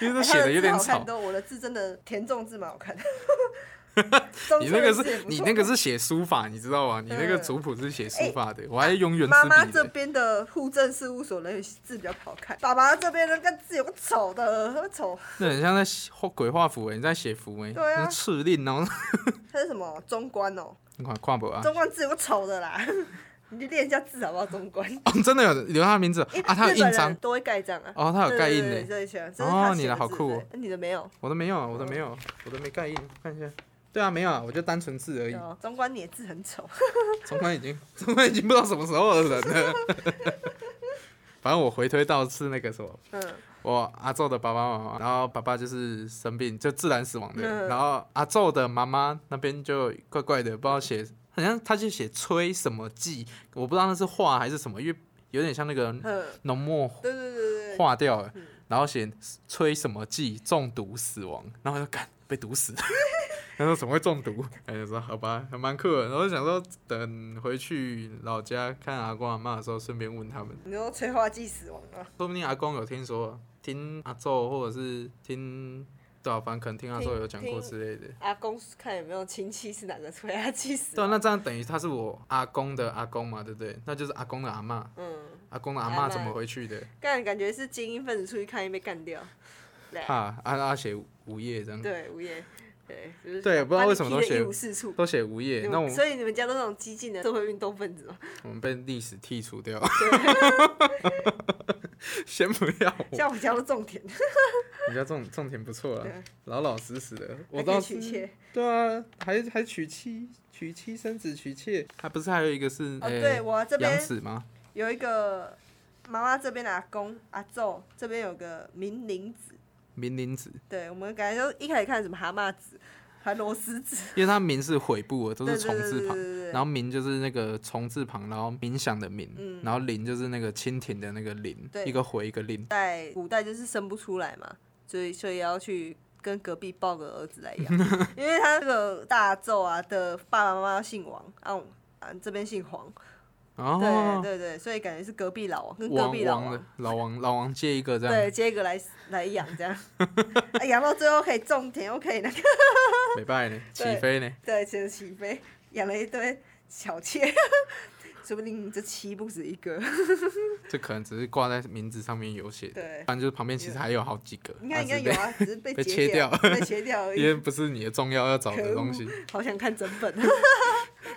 Speaker 1: 因为这
Speaker 2: 哎
Speaker 1: 写
Speaker 2: 他
Speaker 1: 的有点
Speaker 2: 字好
Speaker 1: 丑
Speaker 2: 看。多，我的字真的田中字蛮
Speaker 1: [LAUGHS]
Speaker 2: 好看的。 [LAUGHS] 中
Speaker 1: 你
Speaker 2: 间
Speaker 1: 那个
Speaker 2: 的字也
Speaker 1: 是
Speaker 2: 不
Speaker 1: 你
Speaker 2: 错
Speaker 1: 那个是写书法，你知道吗？你那个
Speaker 2: 嗯
Speaker 1: 族谱是写书法的，我还永远
Speaker 2: 妈
Speaker 1: 之
Speaker 2: 妈
Speaker 1: 笔
Speaker 2: 这
Speaker 1: 的。
Speaker 2: 边的户政事务所人员字比较好看，爸爸这边那个字有个丑的，丑，
Speaker 1: 那很像在写画鬼画符欸诶，你在写符诶，
Speaker 2: 对啊
Speaker 1: 那敕令然后
Speaker 2: 他是什么中官哦、
Speaker 1: 你看看不啊？
Speaker 2: 中官字有个丑的啦， [LAUGHS] 你就练一下字好不好？中观。
Speaker 1: 哦，真的有留他的名字哦
Speaker 2: 因为
Speaker 1: 啊，他有
Speaker 2: 日本
Speaker 1: 印章
Speaker 2: 人，都会盖章啊。
Speaker 1: 哦他有盖印
Speaker 2: 对对
Speaker 1: 呢
Speaker 2: 对对对这
Speaker 1: 哦
Speaker 2: 是他写
Speaker 1: 你的好
Speaker 2: 字
Speaker 1: 酷哦
Speaker 2: 对啊你的没有。
Speaker 1: 我的没有啊，我的没有，我的没盖印，我看一下。对啊，没有啊，我就单纯字而
Speaker 2: 对
Speaker 1: 已。
Speaker 2: 哦中观你的字很丑， [LAUGHS]
Speaker 1: 中宽已经，中宽已经不知道什么时候的人了。 [LAUGHS] 反正我回推到是那个什么，
Speaker 2: 嗯，
Speaker 1: 我阿宙的爸爸妈妈，然后爸爸就是生病，就自然死亡的。
Speaker 2: 嗯
Speaker 1: 然后阿宙的妈妈那边就怪怪的，不知道写，好像他就写催什么记，我不知道那是画还是什么，因为有点像那个
Speaker 2: 嗯，
Speaker 1: 浓墨
Speaker 2: 对对对对对，
Speaker 1: 化掉了，然后写催什么剂中毒死亡，然后我就干被毒死了。 [LAUGHS] 他说怎么会中毒？哎，就说好吧，还蛮酷的。然后我就想说等回去老家看阿公阿妈的时候，顺便问他们，
Speaker 2: 你说催化剂死亡啊？
Speaker 1: 说不定阿公有听说，听阿宙或者是听对啊，反正可能听阿宙有讲过之类的。啊
Speaker 2: 阿公看有没有亲戚是哪个催化剂死
Speaker 1: 对啊，
Speaker 2: 亡？
Speaker 1: 那这样等于他是我阿公的阿公嘛，对不对？那就是阿公的阿妈，
Speaker 2: 嗯，
Speaker 1: 阿公的阿妈
Speaker 2: 阿嬷
Speaker 1: 怎么回去的？
Speaker 2: 干感觉是精英分子出去看一被干掉，对
Speaker 1: 怕阿阿写午夜这样，
Speaker 2: 对，无业，对，就是
Speaker 1: 嗯对不知道
Speaker 2: 把你
Speaker 1: 为什么
Speaker 2: 踢
Speaker 1: 都
Speaker 2: 得
Speaker 1: 写
Speaker 2: 一无是处。
Speaker 1: 都写午夜。那我
Speaker 2: 所以你们家都是那种激进的社会运动分子嘛？
Speaker 1: 我们被历史剔除掉。 [LAUGHS] 先不要我，
Speaker 2: 像我们家都种田，
Speaker 1: [LAUGHS] 你家种种田不错啦
Speaker 2: 对，
Speaker 1: 老老实实的。我
Speaker 2: 还可以
Speaker 1: 倒
Speaker 2: 娶
Speaker 1: 是
Speaker 2: 妾。
Speaker 1: 对啊，还还娶妻，娶妻生子，娶妾，还不是还有一个是
Speaker 2: 哦，
Speaker 1: 呃
Speaker 2: 对我这
Speaker 1: 养
Speaker 2: 边
Speaker 1: 子吗？
Speaker 2: 有一个妈妈这边的阿公阿昼这边有个明灵子，
Speaker 1: 明灵子，
Speaker 2: 对我们感觉就一开始看什么蛤蟆子，还螺丝子，
Speaker 1: 因为他名是悔部的，都
Speaker 2: 对
Speaker 1: 是
Speaker 2: 对
Speaker 1: 虫
Speaker 2: 对
Speaker 1: 字
Speaker 2: 对
Speaker 1: 旁，
Speaker 2: 对对
Speaker 1: 然
Speaker 2: 对，
Speaker 1: 后明就是那个虫字旁，然后冥想的冥，
Speaker 2: 嗯
Speaker 1: 然后林就是那个蜻蜓的那个林，
Speaker 2: 对
Speaker 1: 一个回一个林。
Speaker 2: 在古代就是生不出来嘛，所以所以要去。跟隔壁抱个儿子
Speaker 1: [LAUGHS]
Speaker 2: 来养，因为他这个大咒啊的爸爸妈妈姓王，啊我啊这边姓黄，对
Speaker 1: 哦，
Speaker 2: 对对，所以感觉是隔壁老王跟隔
Speaker 1: 王
Speaker 2: 壁老
Speaker 1: 王的
Speaker 2: 王，
Speaker 1: 老王老王借一个这样，
Speaker 2: 对接一个来来养这样， [LAUGHS] 啊养到最后可以种田，又可以那个
Speaker 1: 没拜呢，起
Speaker 2: 对
Speaker 1: 飞呢。
Speaker 2: 对，接着起飞，养了一堆小妾， [LAUGHS] 说不定你这妻不止一个。
Speaker 1: 这可能只是挂在名字上面有写的，
Speaker 2: 对，
Speaker 1: 反正就是旁边其实还有好几个，
Speaker 2: 应该应
Speaker 1: 但
Speaker 2: 该
Speaker 1: 是
Speaker 2: 有啊，只是被
Speaker 1: 被
Speaker 2: 截
Speaker 1: 切
Speaker 2: 掉，
Speaker 1: 掉
Speaker 2: 被切掉
Speaker 1: [LAUGHS]
Speaker 2: 而
Speaker 1: 被因为
Speaker 2: 已。
Speaker 1: 不是你的重要要找
Speaker 2: 可
Speaker 1: 的
Speaker 2: 恶
Speaker 1: 东西，
Speaker 2: 好想看整
Speaker 1: [LAUGHS]
Speaker 2: 本，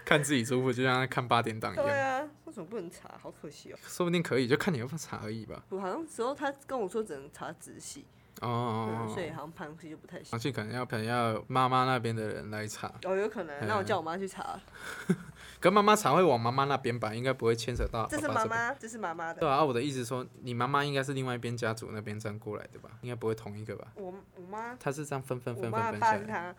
Speaker 1: 看自己舒服，就像看八点档一
Speaker 2: 对
Speaker 1: 样， [LAUGHS]
Speaker 2: 啊，为什么不能查？好可惜哦。
Speaker 1: 说不定可以，就看你要不要查而已吧。
Speaker 2: 我好像时候他跟我说只能查直系，嗯
Speaker 1: 哦啊
Speaker 2: 所，以好像潘西就不太行
Speaker 1: 详。细可能要可能要妈妈那边的人来查，
Speaker 2: 哦，有可能，那
Speaker 1: 嗯
Speaker 2: 我叫我妈去查。
Speaker 1: 跟妈妈查会往妈妈那边吧，应该不会牵扯到爸爸
Speaker 2: 这
Speaker 1: 这
Speaker 2: 是
Speaker 1: 边。
Speaker 2: 妈妈，这是妈妈
Speaker 1: 对
Speaker 2: 的。
Speaker 1: 啊，啊我的意思说，你妈妈应该是另外一边家族那边这样过来的吧？应该不会同一个吧？
Speaker 2: 我我妈，
Speaker 1: 他是这样分分
Speaker 2: 我
Speaker 1: 分
Speaker 2: 妈
Speaker 1: 分分
Speaker 2: 的爸
Speaker 1: 下
Speaker 2: 是
Speaker 1: 来。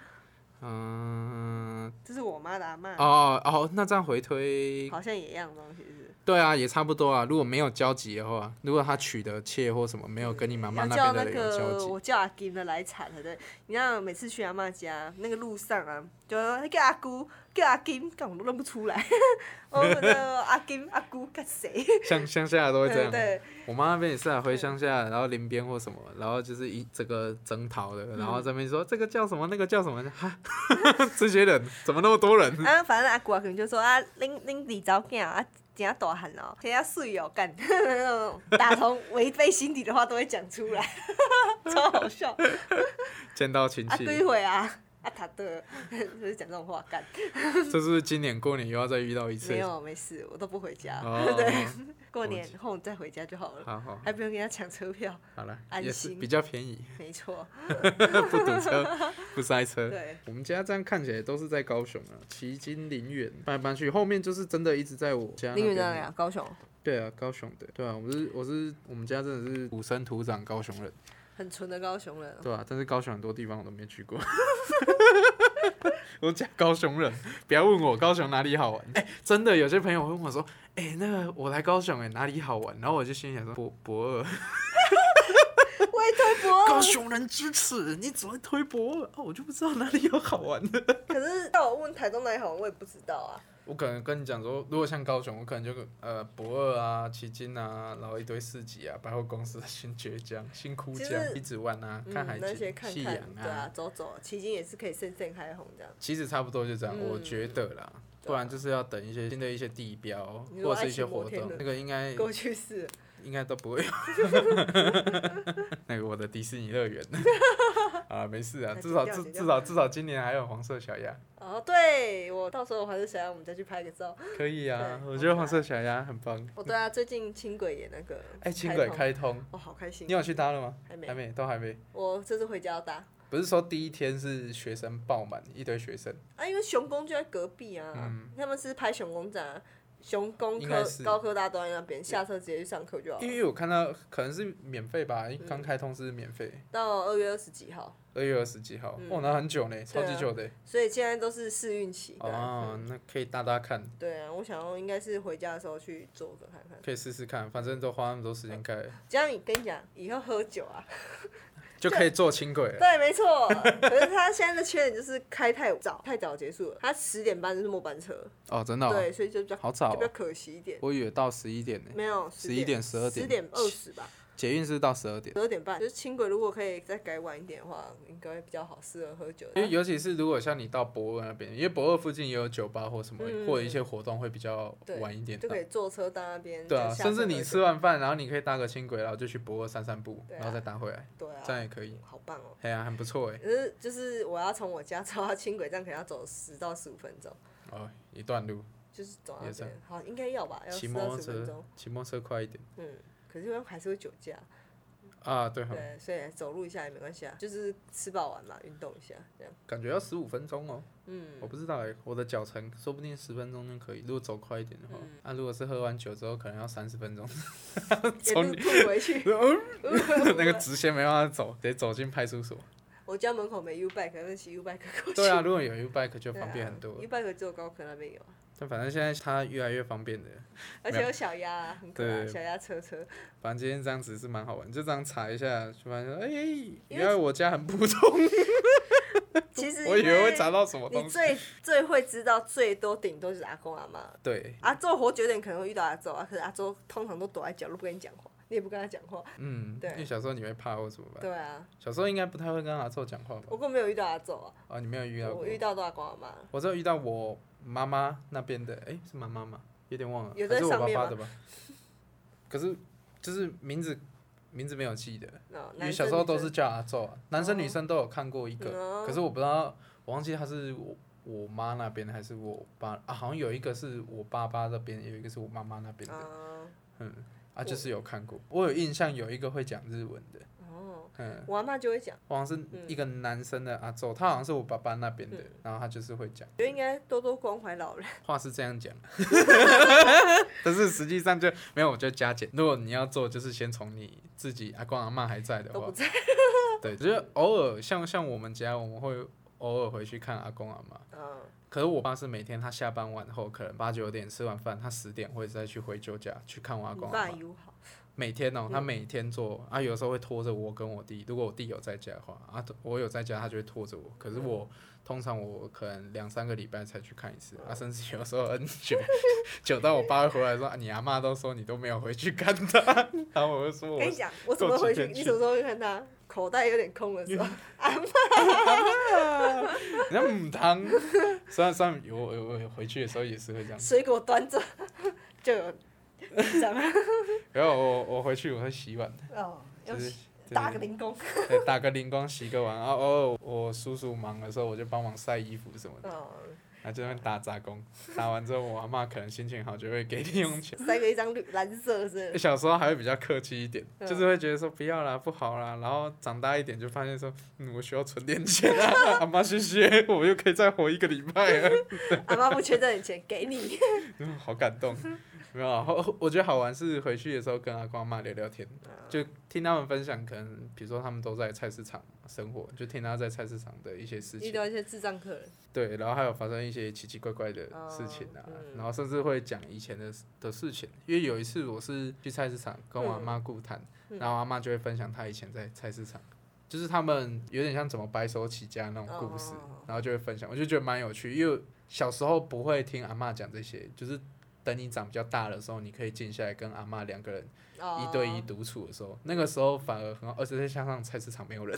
Speaker 2: 他，
Speaker 1: 嗯，
Speaker 2: 这是我妈的阿妈，
Speaker 1: 哦哦，那这样回推
Speaker 2: 好像也一样的东西是。
Speaker 1: 对啊，也差不多啊。如果没有交集的话，如果他娶的妾或什么没有跟你妈妈
Speaker 2: 要
Speaker 1: 那
Speaker 2: 叫
Speaker 1: 边
Speaker 2: 那
Speaker 1: 的人有交
Speaker 2: 个
Speaker 1: 集，
Speaker 2: 我叫阿金的来铲才对。你看每次去阿妈家，那个路上啊，就叫阿姑，叫阿金，干我都认不出来。 [LAUGHS] 我们的阿金阿姑干谁？
Speaker 1: 乡乡下都会这
Speaker 2: 对
Speaker 1: 样。
Speaker 2: 对，
Speaker 1: 我妈那边也是啊，回乡下，然后林边或什么，然后就是一整个征讨的，然
Speaker 2: 嗯
Speaker 1: 后这边说这个叫什么，那个叫什么，哈， [LAUGHS] 这些人怎么那么多人？
Speaker 2: 啊，反正阿姑啊，可能就说啊，恁恁二早囝啊，真大汉哦，真啊水哦，干， [LAUGHS] 打从违背心底的话都会讲出来， [LAUGHS] 超
Speaker 1: [LAUGHS]
Speaker 2: 好笑。
Speaker 1: 见到亲
Speaker 2: 啊，
Speaker 1: 戚，
Speaker 2: 对回啊，啊，他的 [LAUGHS] 就是讲这种话干。
Speaker 1: 这是不是今年过年又要再遇到一次
Speaker 2: 没。有，没事，我都不回家。
Speaker 1: 哦
Speaker 2: [LAUGHS] 对，过年
Speaker 1: 我
Speaker 2: 后再回家就好了。
Speaker 1: 好好
Speaker 2: 还不用跟他抢车票，
Speaker 1: 好了，
Speaker 2: 安
Speaker 1: 也是
Speaker 2: 心
Speaker 1: 比较便宜， [LAUGHS]
Speaker 2: 没错，
Speaker 1: 不堵车， [LAUGHS] 不塞车。
Speaker 2: 对，
Speaker 1: 我们家这样看起来都是在高雄啊，旗津林园搬来搬去，后面就是真的一直在我家那
Speaker 2: 林
Speaker 1: 边
Speaker 2: 远在哪里啊？高雄，
Speaker 1: 对啊，高雄的，对啊，我是我是我们家真的是土生土长高雄人，
Speaker 2: 很纯的高雄人。
Speaker 1: 对啊，但是高雄很多地方我都没去过。 [LAUGHS] 我讲高雄人，不要问我高雄哪里好玩。哎、真的有些朋友会问我说，哎、那个我来高雄哎、哪里好玩？然后我就心里想说，博博
Speaker 2: 哦
Speaker 1: 尔，
Speaker 2: [LAUGHS] 我也推博
Speaker 1: 高
Speaker 2: 尔，
Speaker 1: 雄人支持，你怎么会推博尔？哦，我就不知道哪里有好玩的。 [LAUGHS]
Speaker 2: 可是到我问台中哪里好，我也不知道啊。
Speaker 1: 我可能跟你讲说，如果像高雄，我可能就呃博二啊、旗津啊，然后一堆市集啊、百货公司、新崛江、新窟
Speaker 2: 其
Speaker 1: 江、
Speaker 2: 实
Speaker 1: 西子湾啊、 [LAUGHS] 看海
Speaker 2: 嗯，那些
Speaker 1: 景、
Speaker 2: 看
Speaker 1: 夕
Speaker 2: 看
Speaker 1: 阳，
Speaker 2: 对啊，走走，迄今也是可以盛盛开红这样。
Speaker 1: 其实差不多就这样，
Speaker 2: 嗯啊
Speaker 1: 我觉得啦。不然就是要等一些新的一些地标
Speaker 2: 你说
Speaker 1: 或者是一些
Speaker 2: 爱情摩
Speaker 1: 活
Speaker 2: 天
Speaker 1: 动
Speaker 2: 轮， [LAUGHS]
Speaker 1: 那个应该
Speaker 2: 过去式，
Speaker 1: 应该都不会有。 [LAUGHS] 那个我的迪士尼乐园 [LAUGHS] 啊，没事啊，
Speaker 2: 那
Speaker 1: 至
Speaker 2: 剪
Speaker 1: 少
Speaker 2: 掉
Speaker 1: 至
Speaker 2: 剪掉
Speaker 1: 至少至少今年还有黄色小鸭，
Speaker 2: 哦，对我到时候我还是想要我们再去拍个照。
Speaker 1: 可以啊，
Speaker 2: 对
Speaker 1: 我觉得
Speaker 2: 好可爱
Speaker 1: 黄色小鸭很棒。
Speaker 2: 哦，对啊，最近轻轨也那个，
Speaker 1: 哎，轻轨
Speaker 2: 通，
Speaker 1: 开通，
Speaker 2: 哦，好开心
Speaker 1: 你。有去搭了吗？
Speaker 2: 还没
Speaker 1: 还没，都还没。
Speaker 2: 我这次回家要搭
Speaker 1: 不是说第一天是学生爆满，一堆学生，
Speaker 2: 啊，因为熊宫就在隔壁啊，
Speaker 1: 嗯
Speaker 2: 他们是拍熊宫展、啊，熊工
Speaker 1: 应该
Speaker 2: 科
Speaker 1: 是
Speaker 2: 高科大都在那边，下车直接去上课就好
Speaker 1: 嗯因
Speaker 2: 了。
Speaker 1: 为我看到可能是免费吧，因为
Speaker 2: 嗯
Speaker 1: 刚开通是免费，
Speaker 2: 到二月二十几号，
Speaker 1: 二月二十几号，
Speaker 2: 嗯
Speaker 1: 哦，那很久呢，超级
Speaker 2: 对啊
Speaker 1: 久的。
Speaker 2: 所以现在都是试运期的啊。
Speaker 1: 哦，那可以搭搭看，
Speaker 2: 对啊，我想要应该是回家的时候去做个看看。
Speaker 1: 可以试试看，反正都花那么多时间开，
Speaker 2: 这样你跟你讲，以后喝酒啊，
Speaker 1: 就可以坐轻轨了。
Speaker 2: 对，没错。 [LAUGHS] 可是他现在的缺点就是开太早，太早结束了。他十点半就是末班车，
Speaker 1: 哦，真的、哦，
Speaker 2: 对，所以就比较
Speaker 1: 好早
Speaker 2: 就比较
Speaker 1: 哦，
Speaker 2: 可惜一点。
Speaker 1: 我以为到十一点呢，
Speaker 2: 没有
Speaker 1: 11点12点
Speaker 2: 十点二十吧，
Speaker 1: 捷运是到十二点，
Speaker 2: 十二点半。就是轻轨如果可以再改晚一点的话，应该会比较好，适合喝酒。
Speaker 1: 因为尤其是如果像你到博尔那边，因为博尔附近也有酒吧或什么，
Speaker 2: 嗯
Speaker 1: 或者一些活动会比较
Speaker 2: 对
Speaker 1: 晚一点
Speaker 2: 就
Speaker 1: 到
Speaker 2: 可。以坐车到那边，
Speaker 1: 啊对啊，
Speaker 2: 就下
Speaker 1: 甚至
Speaker 2: 车
Speaker 1: 你
Speaker 2: 喝
Speaker 1: 吃
Speaker 2: 酒
Speaker 1: 完饭，然后你可以搭个轻轨，然后就去博尔散散步，
Speaker 2: 对啊
Speaker 1: 然后再搭回来，
Speaker 2: 对啊，
Speaker 1: 这样也可以。
Speaker 2: 好棒哦。
Speaker 1: 哎呀、很不错哎，
Speaker 2: 可是就是我要从我家走到轻轨站，可能要走十到十五分钟，
Speaker 1: 哦，一段路，
Speaker 2: 就是走到
Speaker 1: 也
Speaker 2: 那
Speaker 1: 这样
Speaker 2: 边，好，应该要吧，要
Speaker 1: 骑
Speaker 2: 十
Speaker 1: 摩
Speaker 2: 到
Speaker 1: 托
Speaker 2: 十分
Speaker 1: 车
Speaker 2: 钟，，
Speaker 1: 骑摩托车快一点
Speaker 2: 嗯。可是还是会酒驾，
Speaker 1: 啊，对哦，
Speaker 2: 对，所以走路一下也没关系啊，就是吃饱完嘛，运动一下这
Speaker 1: [LAUGHS]
Speaker 2: 样。
Speaker 1: 感觉要十五分钟哦。
Speaker 2: 嗯
Speaker 1: 我不知道哎、我的脚程说不定十分钟就可以，如果走快一点的话，
Speaker 2: 嗯
Speaker 1: 那、如果是喝完酒之后，可能要三十分
Speaker 2: [LAUGHS]
Speaker 1: 钟。
Speaker 2: 也
Speaker 1: 从
Speaker 2: 是吐回去。
Speaker 1: [LAUGHS] 那个直线没办法走，得走进派出所。
Speaker 2: 我家门口没 U bike，那骑 U bike 过去。
Speaker 1: 对啊，如果有 U bike 就
Speaker 2: 对啊
Speaker 1: 方便很多。
Speaker 2: [LAUGHS] U bike 只有高科那边有啊，
Speaker 1: 但反正现在它越来越方便的，
Speaker 2: 而且有小鸭啊，很可爱，
Speaker 1: 对
Speaker 2: 小鸭
Speaker 1: [LAUGHS]
Speaker 2: 车车。
Speaker 1: 反正今天这样子是蛮好玩，就这样查一下，就发现哎、
Speaker 2: 因为
Speaker 1: 原来我家很普通，
Speaker 2: 其实
Speaker 1: [LAUGHS] 我以
Speaker 2: 因
Speaker 1: 为会查到什么
Speaker 2: 你
Speaker 1: 东西。
Speaker 2: 最最会知道最多顶多就是阿公阿妈。
Speaker 1: 对，
Speaker 2: 阿周活久一点可能会遇到阿周啊，可是阿周通常都躲在角落不跟你讲话，你也不跟他讲话。
Speaker 1: 嗯，
Speaker 2: 对
Speaker 1: 因为小时候你会怕或怎么办？
Speaker 2: 对啊，
Speaker 1: 小时候应该不太会跟阿宙讲话吧
Speaker 2: 我？根本没有遇到阿周啊，
Speaker 1: 啊，你没有遇到过
Speaker 2: 我？遇到都阿公阿妈。
Speaker 1: 我只有遇到我妈妈那边的，哎、是妈妈吗？有点忘了，
Speaker 2: 有
Speaker 1: 还
Speaker 2: 在
Speaker 1: 是我
Speaker 2: 上
Speaker 1: 爸
Speaker 2: 面
Speaker 1: 爸
Speaker 2: 吗
Speaker 1: 的吧？可是就是名字名字没有记得，
Speaker 2: 那
Speaker 1: 因为
Speaker 2: 男
Speaker 1: 小
Speaker 2: 生
Speaker 1: 时候
Speaker 2: 女
Speaker 1: 都
Speaker 2: 生
Speaker 1: 是叫阿宙啊，男生
Speaker 2: 哦
Speaker 1: 女生都有看过一
Speaker 2: 嗯
Speaker 1: 个，
Speaker 2: 哦
Speaker 1: 可是我不知道，我忘记他是我我妈那边的还是我爸啊，好像有一个是我爸爸那边，有一个是我妈妈那边的，
Speaker 2: 啊
Speaker 1: 嗯，啊就是有看过，我有印象有一个会讲日文的，
Speaker 2: 哦，
Speaker 1: 嗯。
Speaker 2: 我阿妈就会讲，
Speaker 1: 我好像是一个男生的阿宙，他好像是我爸爸那边的，
Speaker 2: 嗯
Speaker 1: 然后他就是会讲。
Speaker 2: 觉得应该多多关怀老人。
Speaker 1: 话是这样讲， [LAUGHS] 但是实际上就没有，我就加减。如果你要做，就是先从你自己阿公阿妈还在的
Speaker 2: 都
Speaker 1: 话
Speaker 2: 不，
Speaker 1: 对，就是偶尔像像我们家，我们会偶尔回去看阿公阿妈。
Speaker 2: 嗯，
Speaker 1: 可是我爸是每天他下班晚后，可能八九点吃完饭，他十点会再去回舅家去看我阿
Speaker 2: 你
Speaker 1: 公阿
Speaker 2: 爸
Speaker 1: 妈。
Speaker 2: 友好，
Speaker 1: 每天哦、他每天做啊，有时候会拖着我跟我弟，如果我弟有在家的话啊，我有在家，他就会拖着我。可是我
Speaker 2: 嗯
Speaker 1: 通常我可能两三个礼拜才去看一次啊，甚至有时候很久， [LAUGHS] 久到我爸会回来说、啊、你阿妈都说你都没有回去看他， [LAUGHS] 然后我就说我
Speaker 2: 跟你讲，我怎么回去？
Speaker 1: 够几天去
Speaker 2: 你什么时候会看他？口袋有点空
Speaker 1: [LAUGHS]
Speaker 2: 的时候，
Speaker 1: 你那母嗯汤，虽然虽然有我我我回去的时候也是会这样，
Speaker 2: 水果端着就有长
Speaker 1: [LAUGHS] 然后我我回去我会洗碗，
Speaker 2: 哦，
Speaker 1: 就
Speaker 2: 要
Speaker 1: 是。就是
Speaker 2: 打个零工。
Speaker 1: 对打个零工，洗个碗，然后偶尔我叔叔忙的时候，我就帮忙晒衣服什么的。
Speaker 2: 哦，
Speaker 1: 啊，就在那边打杂工，打完之后我阿妈可能心情好就会给零用钱。 [LAUGHS]
Speaker 2: 塞个一张绿蓝色是
Speaker 1: 小时候还会比较客气一点，
Speaker 2: 嗯
Speaker 1: 就是会觉得说不要啦，不好啦，然后长大一点就发现说，嗯，我需要存点钱啊， [LAUGHS] 阿妈谢谢，我又可以再活一个礼拜了，
Speaker 2: 阿妈不缺这点钱，给你。
Speaker 1: [LAUGHS] 嗯好感动。没有啊，后我觉得好玩是回去的时候跟阿公阿妈聊聊天，就听他们分享，可能比如说他们都在菜市场生活，就听他在菜市场的一些事情
Speaker 2: 遇。到一些智障客人，
Speaker 1: 对，然后还有发生一些奇奇怪怪的事情啊，
Speaker 2: 哦嗯
Speaker 1: 然后甚至会讲以前的的事情。因为有一次我是去菜市场跟我阿妈顾谈，
Speaker 2: 嗯
Speaker 1: 然后阿妈就会分享她以前在菜市场，就是他们有点像怎么白手起家那种故事，
Speaker 2: 哦
Speaker 1: 然后就会分享，我就觉得蛮有趣，因为小时候不会听阿妈讲这些，就是。等你长比较大的时候，你可以静下来跟阿妈两个人
Speaker 2: 哦
Speaker 1: 一对一独处的时候，那个时候反而很好。而且再加上菜市场没有
Speaker 2: [LAUGHS]
Speaker 1: 人，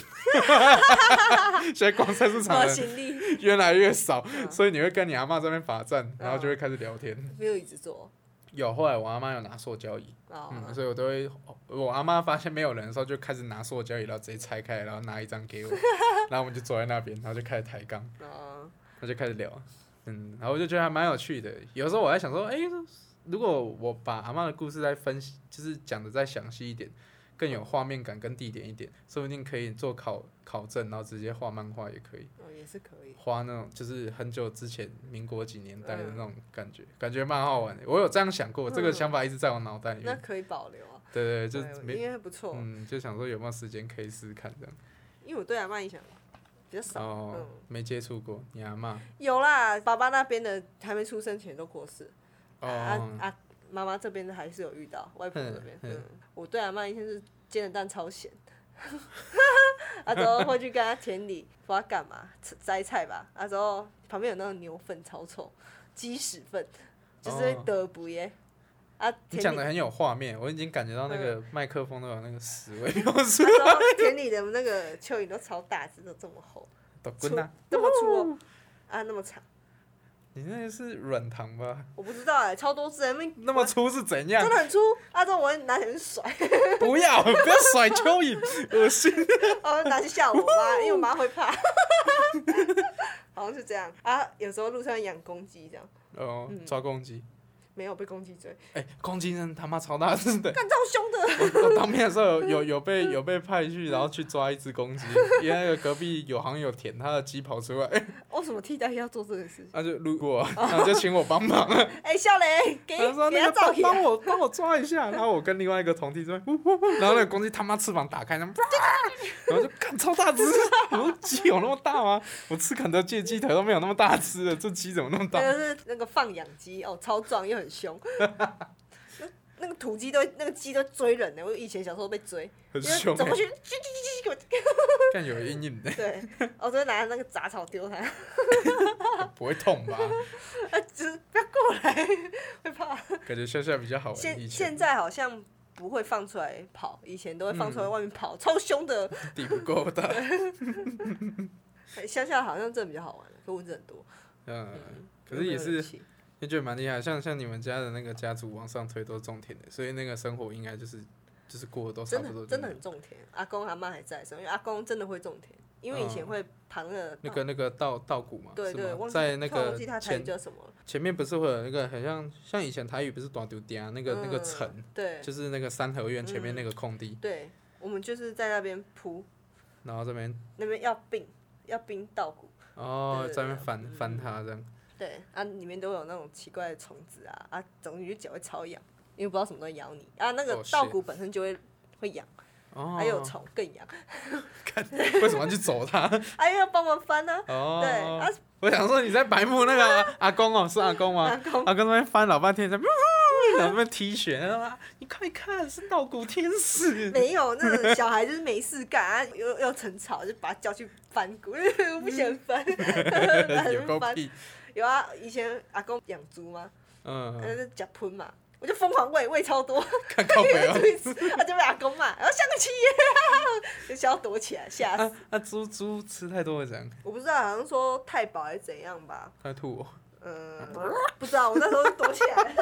Speaker 1: 现在逛菜市场的
Speaker 2: 没有
Speaker 1: 人
Speaker 2: 行李，
Speaker 1: [LAUGHS] 越来越少，
Speaker 2: 嗯
Speaker 1: 所以你会跟你阿妈这边罚站，
Speaker 2: 嗯
Speaker 1: 然后就会开始聊天。
Speaker 2: 没有椅子坐，
Speaker 1: 有，后来我阿妈有拿塑胶椅，
Speaker 2: 哦，
Speaker 1: 嗯，所以我都会，我阿妈发现没有人的时候，就开始拿塑胶椅，然后直接拆开，然后拿一张
Speaker 2: [LAUGHS]
Speaker 1: 给我，然后我们就坐在那边，然后就开始抬杠，
Speaker 2: 哦，
Speaker 1: 然后就开始聊，嗯，然后我就觉得还蛮有趣的。有时候我在想说，哎、如果我把阿妈的故事再分析，就是讲的再详细一点，更有画面感跟地点一点，说不定可以做考考证，然后直接画漫画也可以。
Speaker 2: 哦也是可以。
Speaker 1: 花那种就是很久之前民国几年代的那种感觉，感觉蛮好玩的。我有这样想过，这个
Speaker 2: 嗯
Speaker 1: 想法一直在我脑袋里
Speaker 2: 那
Speaker 1: 面。
Speaker 2: 可以保留啊，
Speaker 1: 对对，
Speaker 2: 嗯对
Speaker 1: 嗯就是没
Speaker 2: 应该不错，
Speaker 1: 嗯，就想说有没有时间可以试试看这样。
Speaker 2: 因为我对阿妈印象比较少。
Speaker 1: 哦
Speaker 2: 嗯，
Speaker 1: 没接触过，你阿妈
Speaker 2: 有啦，爸爸那边的还没出生前都过世，啊
Speaker 1: 哦，
Speaker 2: 啊，妈妈这边的还是有遇到，外婆
Speaker 1: 嗯
Speaker 2: 那边，
Speaker 1: 嗯
Speaker 2: 嗯，我对阿妈印象是煎的蛋超咸， [LAUGHS]
Speaker 1: [LAUGHS]
Speaker 2: 啊之后会去跟她田里不知道干嘛吃摘菜吧，啊之后旁边有那种牛粪超臭，鸡屎粪，就是会
Speaker 1: 哦
Speaker 2: 得不耶，啊
Speaker 1: 你讲
Speaker 2: 田里
Speaker 1: 的
Speaker 2: 啊
Speaker 1: 很有画面，我已经感觉到那个
Speaker 2: 嗯
Speaker 1: 麦克风都有那个屎味飘出
Speaker 2: 之 [LAUGHS]
Speaker 1: 来，
Speaker 2: 后田里的那个蚯蚓都超大只，都这么厚，
Speaker 1: 都滚蛋！
Speaker 2: 这么粗哦、啊那么长，
Speaker 1: 你那个是软糖吧？
Speaker 2: 我不知道哎、超多只，因为
Speaker 1: 那么粗是怎样
Speaker 2: 真？的很粗，啊之后我会拿起来去甩。
Speaker 1: 不
Speaker 2: [LAUGHS]
Speaker 1: 要，不要甩蚯蚓，恶心！
Speaker 2: 哦，拿去吓我妈，因为我妈会怕。好像是这样啊，有时候路上养公鸡这样，
Speaker 1: 哦，
Speaker 2: 嗯
Speaker 1: 抓公鸡，
Speaker 2: 没有被公鸡追，
Speaker 1: 哎，公鸡真的他妈超大只的，
Speaker 2: 干超凶的。
Speaker 1: 我我当兵的时候有有有被有被派去，然后去抓一只公鸡，因为那个隔壁有好像有田，他的鸡跑出来， [LAUGHS]
Speaker 2: 为什么替代要做这个事情？
Speaker 1: 他就路过，然后就请我帮忙，
Speaker 2: 哎、笑雷，给
Speaker 1: 他说
Speaker 2: 给
Speaker 1: 那
Speaker 2: 他
Speaker 1: 个
Speaker 2: 哎照
Speaker 1: 帮
Speaker 2: 片，
Speaker 1: 帮我帮我抓一下，然后我跟另外一个同弟在那边，呜呜呜 [LAUGHS] 然后那个公鸡他妈翅膀打开，然后啪然后就看超大只， [LAUGHS] 我说鸡有那么大吗？我吃肯德基的鸡腿都没有那么大只的，这鸡怎么那么大
Speaker 2: 那？个是那个放养鸡哦，超壮又很凶。那那个土鸡都那个鸡都追人呢，我以前小时候被追，
Speaker 1: 很
Speaker 2: 因为
Speaker 1: 凶、
Speaker 2: 走
Speaker 1: 欸
Speaker 2: 过，去，叽叽叽叽，给我
Speaker 1: 但有阴影的、
Speaker 2: 对，我都会拿那个杂草丢它，
Speaker 1: 不会痛吧？
Speaker 2: 就是不要过来，会怕。
Speaker 1: 感觉笑笑比较好玩。以
Speaker 2: 现
Speaker 1: 前
Speaker 2: 现在好像不会放出来跑，以前都会放出来
Speaker 1: 嗯
Speaker 2: 外面跑，超凶的。
Speaker 1: 底不够大，
Speaker 2: [LAUGHS] 乡下好像真的比较好玩，可蚊子很多。
Speaker 1: 嗯，
Speaker 2: 嗯，
Speaker 1: 可是也
Speaker 2: 有没有
Speaker 1: 是
Speaker 2: 人气
Speaker 1: 也觉得蛮厉害，像像你们家的那个家族往上推都是种田的，所以那个生活应该就是就是过得都哦差
Speaker 2: 真
Speaker 1: 不多
Speaker 2: 的
Speaker 1: 就
Speaker 2: 真的
Speaker 1: 那样
Speaker 2: 很种田，阿公阿妈还在的时候，因为阿公真的会种田，因为以前
Speaker 1: 嗯
Speaker 2: 会盘那个
Speaker 1: 那
Speaker 2: 稻
Speaker 1: 个那个稻稻谷嘛，
Speaker 2: 嗯对
Speaker 1: 是
Speaker 2: 对，
Speaker 1: 吗
Speaker 2: 忘记
Speaker 1: 在那
Speaker 2: 突然忘
Speaker 1: 个
Speaker 2: 记他台语
Speaker 1: 前
Speaker 2: 叫什么了，
Speaker 1: 前面不是会有那个很像像以前台语不是短丢嗲那个、那个
Speaker 2: 嗯
Speaker 1: 城，
Speaker 2: 对嗯
Speaker 1: 就是那个三合院前面那个空地，
Speaker 2: 对，我们就是在那边铺，
Speaker 1: 然后这边
Speaker 2: 那边要并要并稻谷，
Speaker 1: 哦
Speaker 2: 对对
Speaker 1: 在那边
Speaker 2: 对嗯
Speaker 1: 翻翻它这样，
Speaker 2: 对啊，里面都有那种奇怪的虫子啊啊，总之你就脚会超痒，因为不知道什么东西咬你啊，那个
Speaker 1: 哦
Speaker 2: 稻
Speaker 1: 是
Speaker 2: 谷本身就会会痒，
Speaker 1: 哦，
Speaker 2: 还有虫更痒。
Speaker 1: 为什么要去走
Speaker 2: [LAUGHS]
Speaker 1: 它？
Speaker 2: 哎呀，帮忙翻呢、
Speaker 1: 哦，
Speaker 2: 对啊
Speaker 1: 我想说你在白目那个
Speaker 2: [LAUGHS]
Speaker 1: 啊阿公哦，是阿公吗？
Speaker 2: 阿公
Speaker 1: 那边翻老半天在，
Speaker 2: [LAUGHS]
Speaker 1: 在那边踢雪，然后啊你快看是稻谷天使，[LAUGHS]
Speaker 2: [LAUGHS] 没有，那个小孩就是没事干啊，又又成吵，就把他叫去翻滚， [LAUGHS] 我不想翻，把他
Speaker 1: 嗯
Speaker 2: [LAUGHS]
Speaker 1: 有
Speaker 2: 去
Speaker 1: 够
Speaker 2: 翻。
Speaker 1: 屁，
Speaker 2: 有啊，以前阿公养猪嘛，他
Speaker 1: 嗯，
Speaker 2: 就脚喷嘛，我就疯狂喂，喂超多，
Speaker 1: 看靠北
Speaker 2: [LAUGHS] 他
Speaker 1: 哦
Speaker 2: 就。一直他就被阿公骂，然后下个七耶， [LAUGHS] 就想要躲起来，吓
Speaker 1: [LAUGHS]
Speaker 2: 死。
Speaker 1: 啊啊，猪猪吃太多会怎样？
Speaker 2: 我不知道，好像说太饱还是怎样吧，
Speaker 1: 它会吐我，
Speaker 2: 嗯，
Speaker 1: 啊
Speaker 2: 不知道，我那时候躲起
Speaker 1: [LAUGHS]
Speaker 2: 来。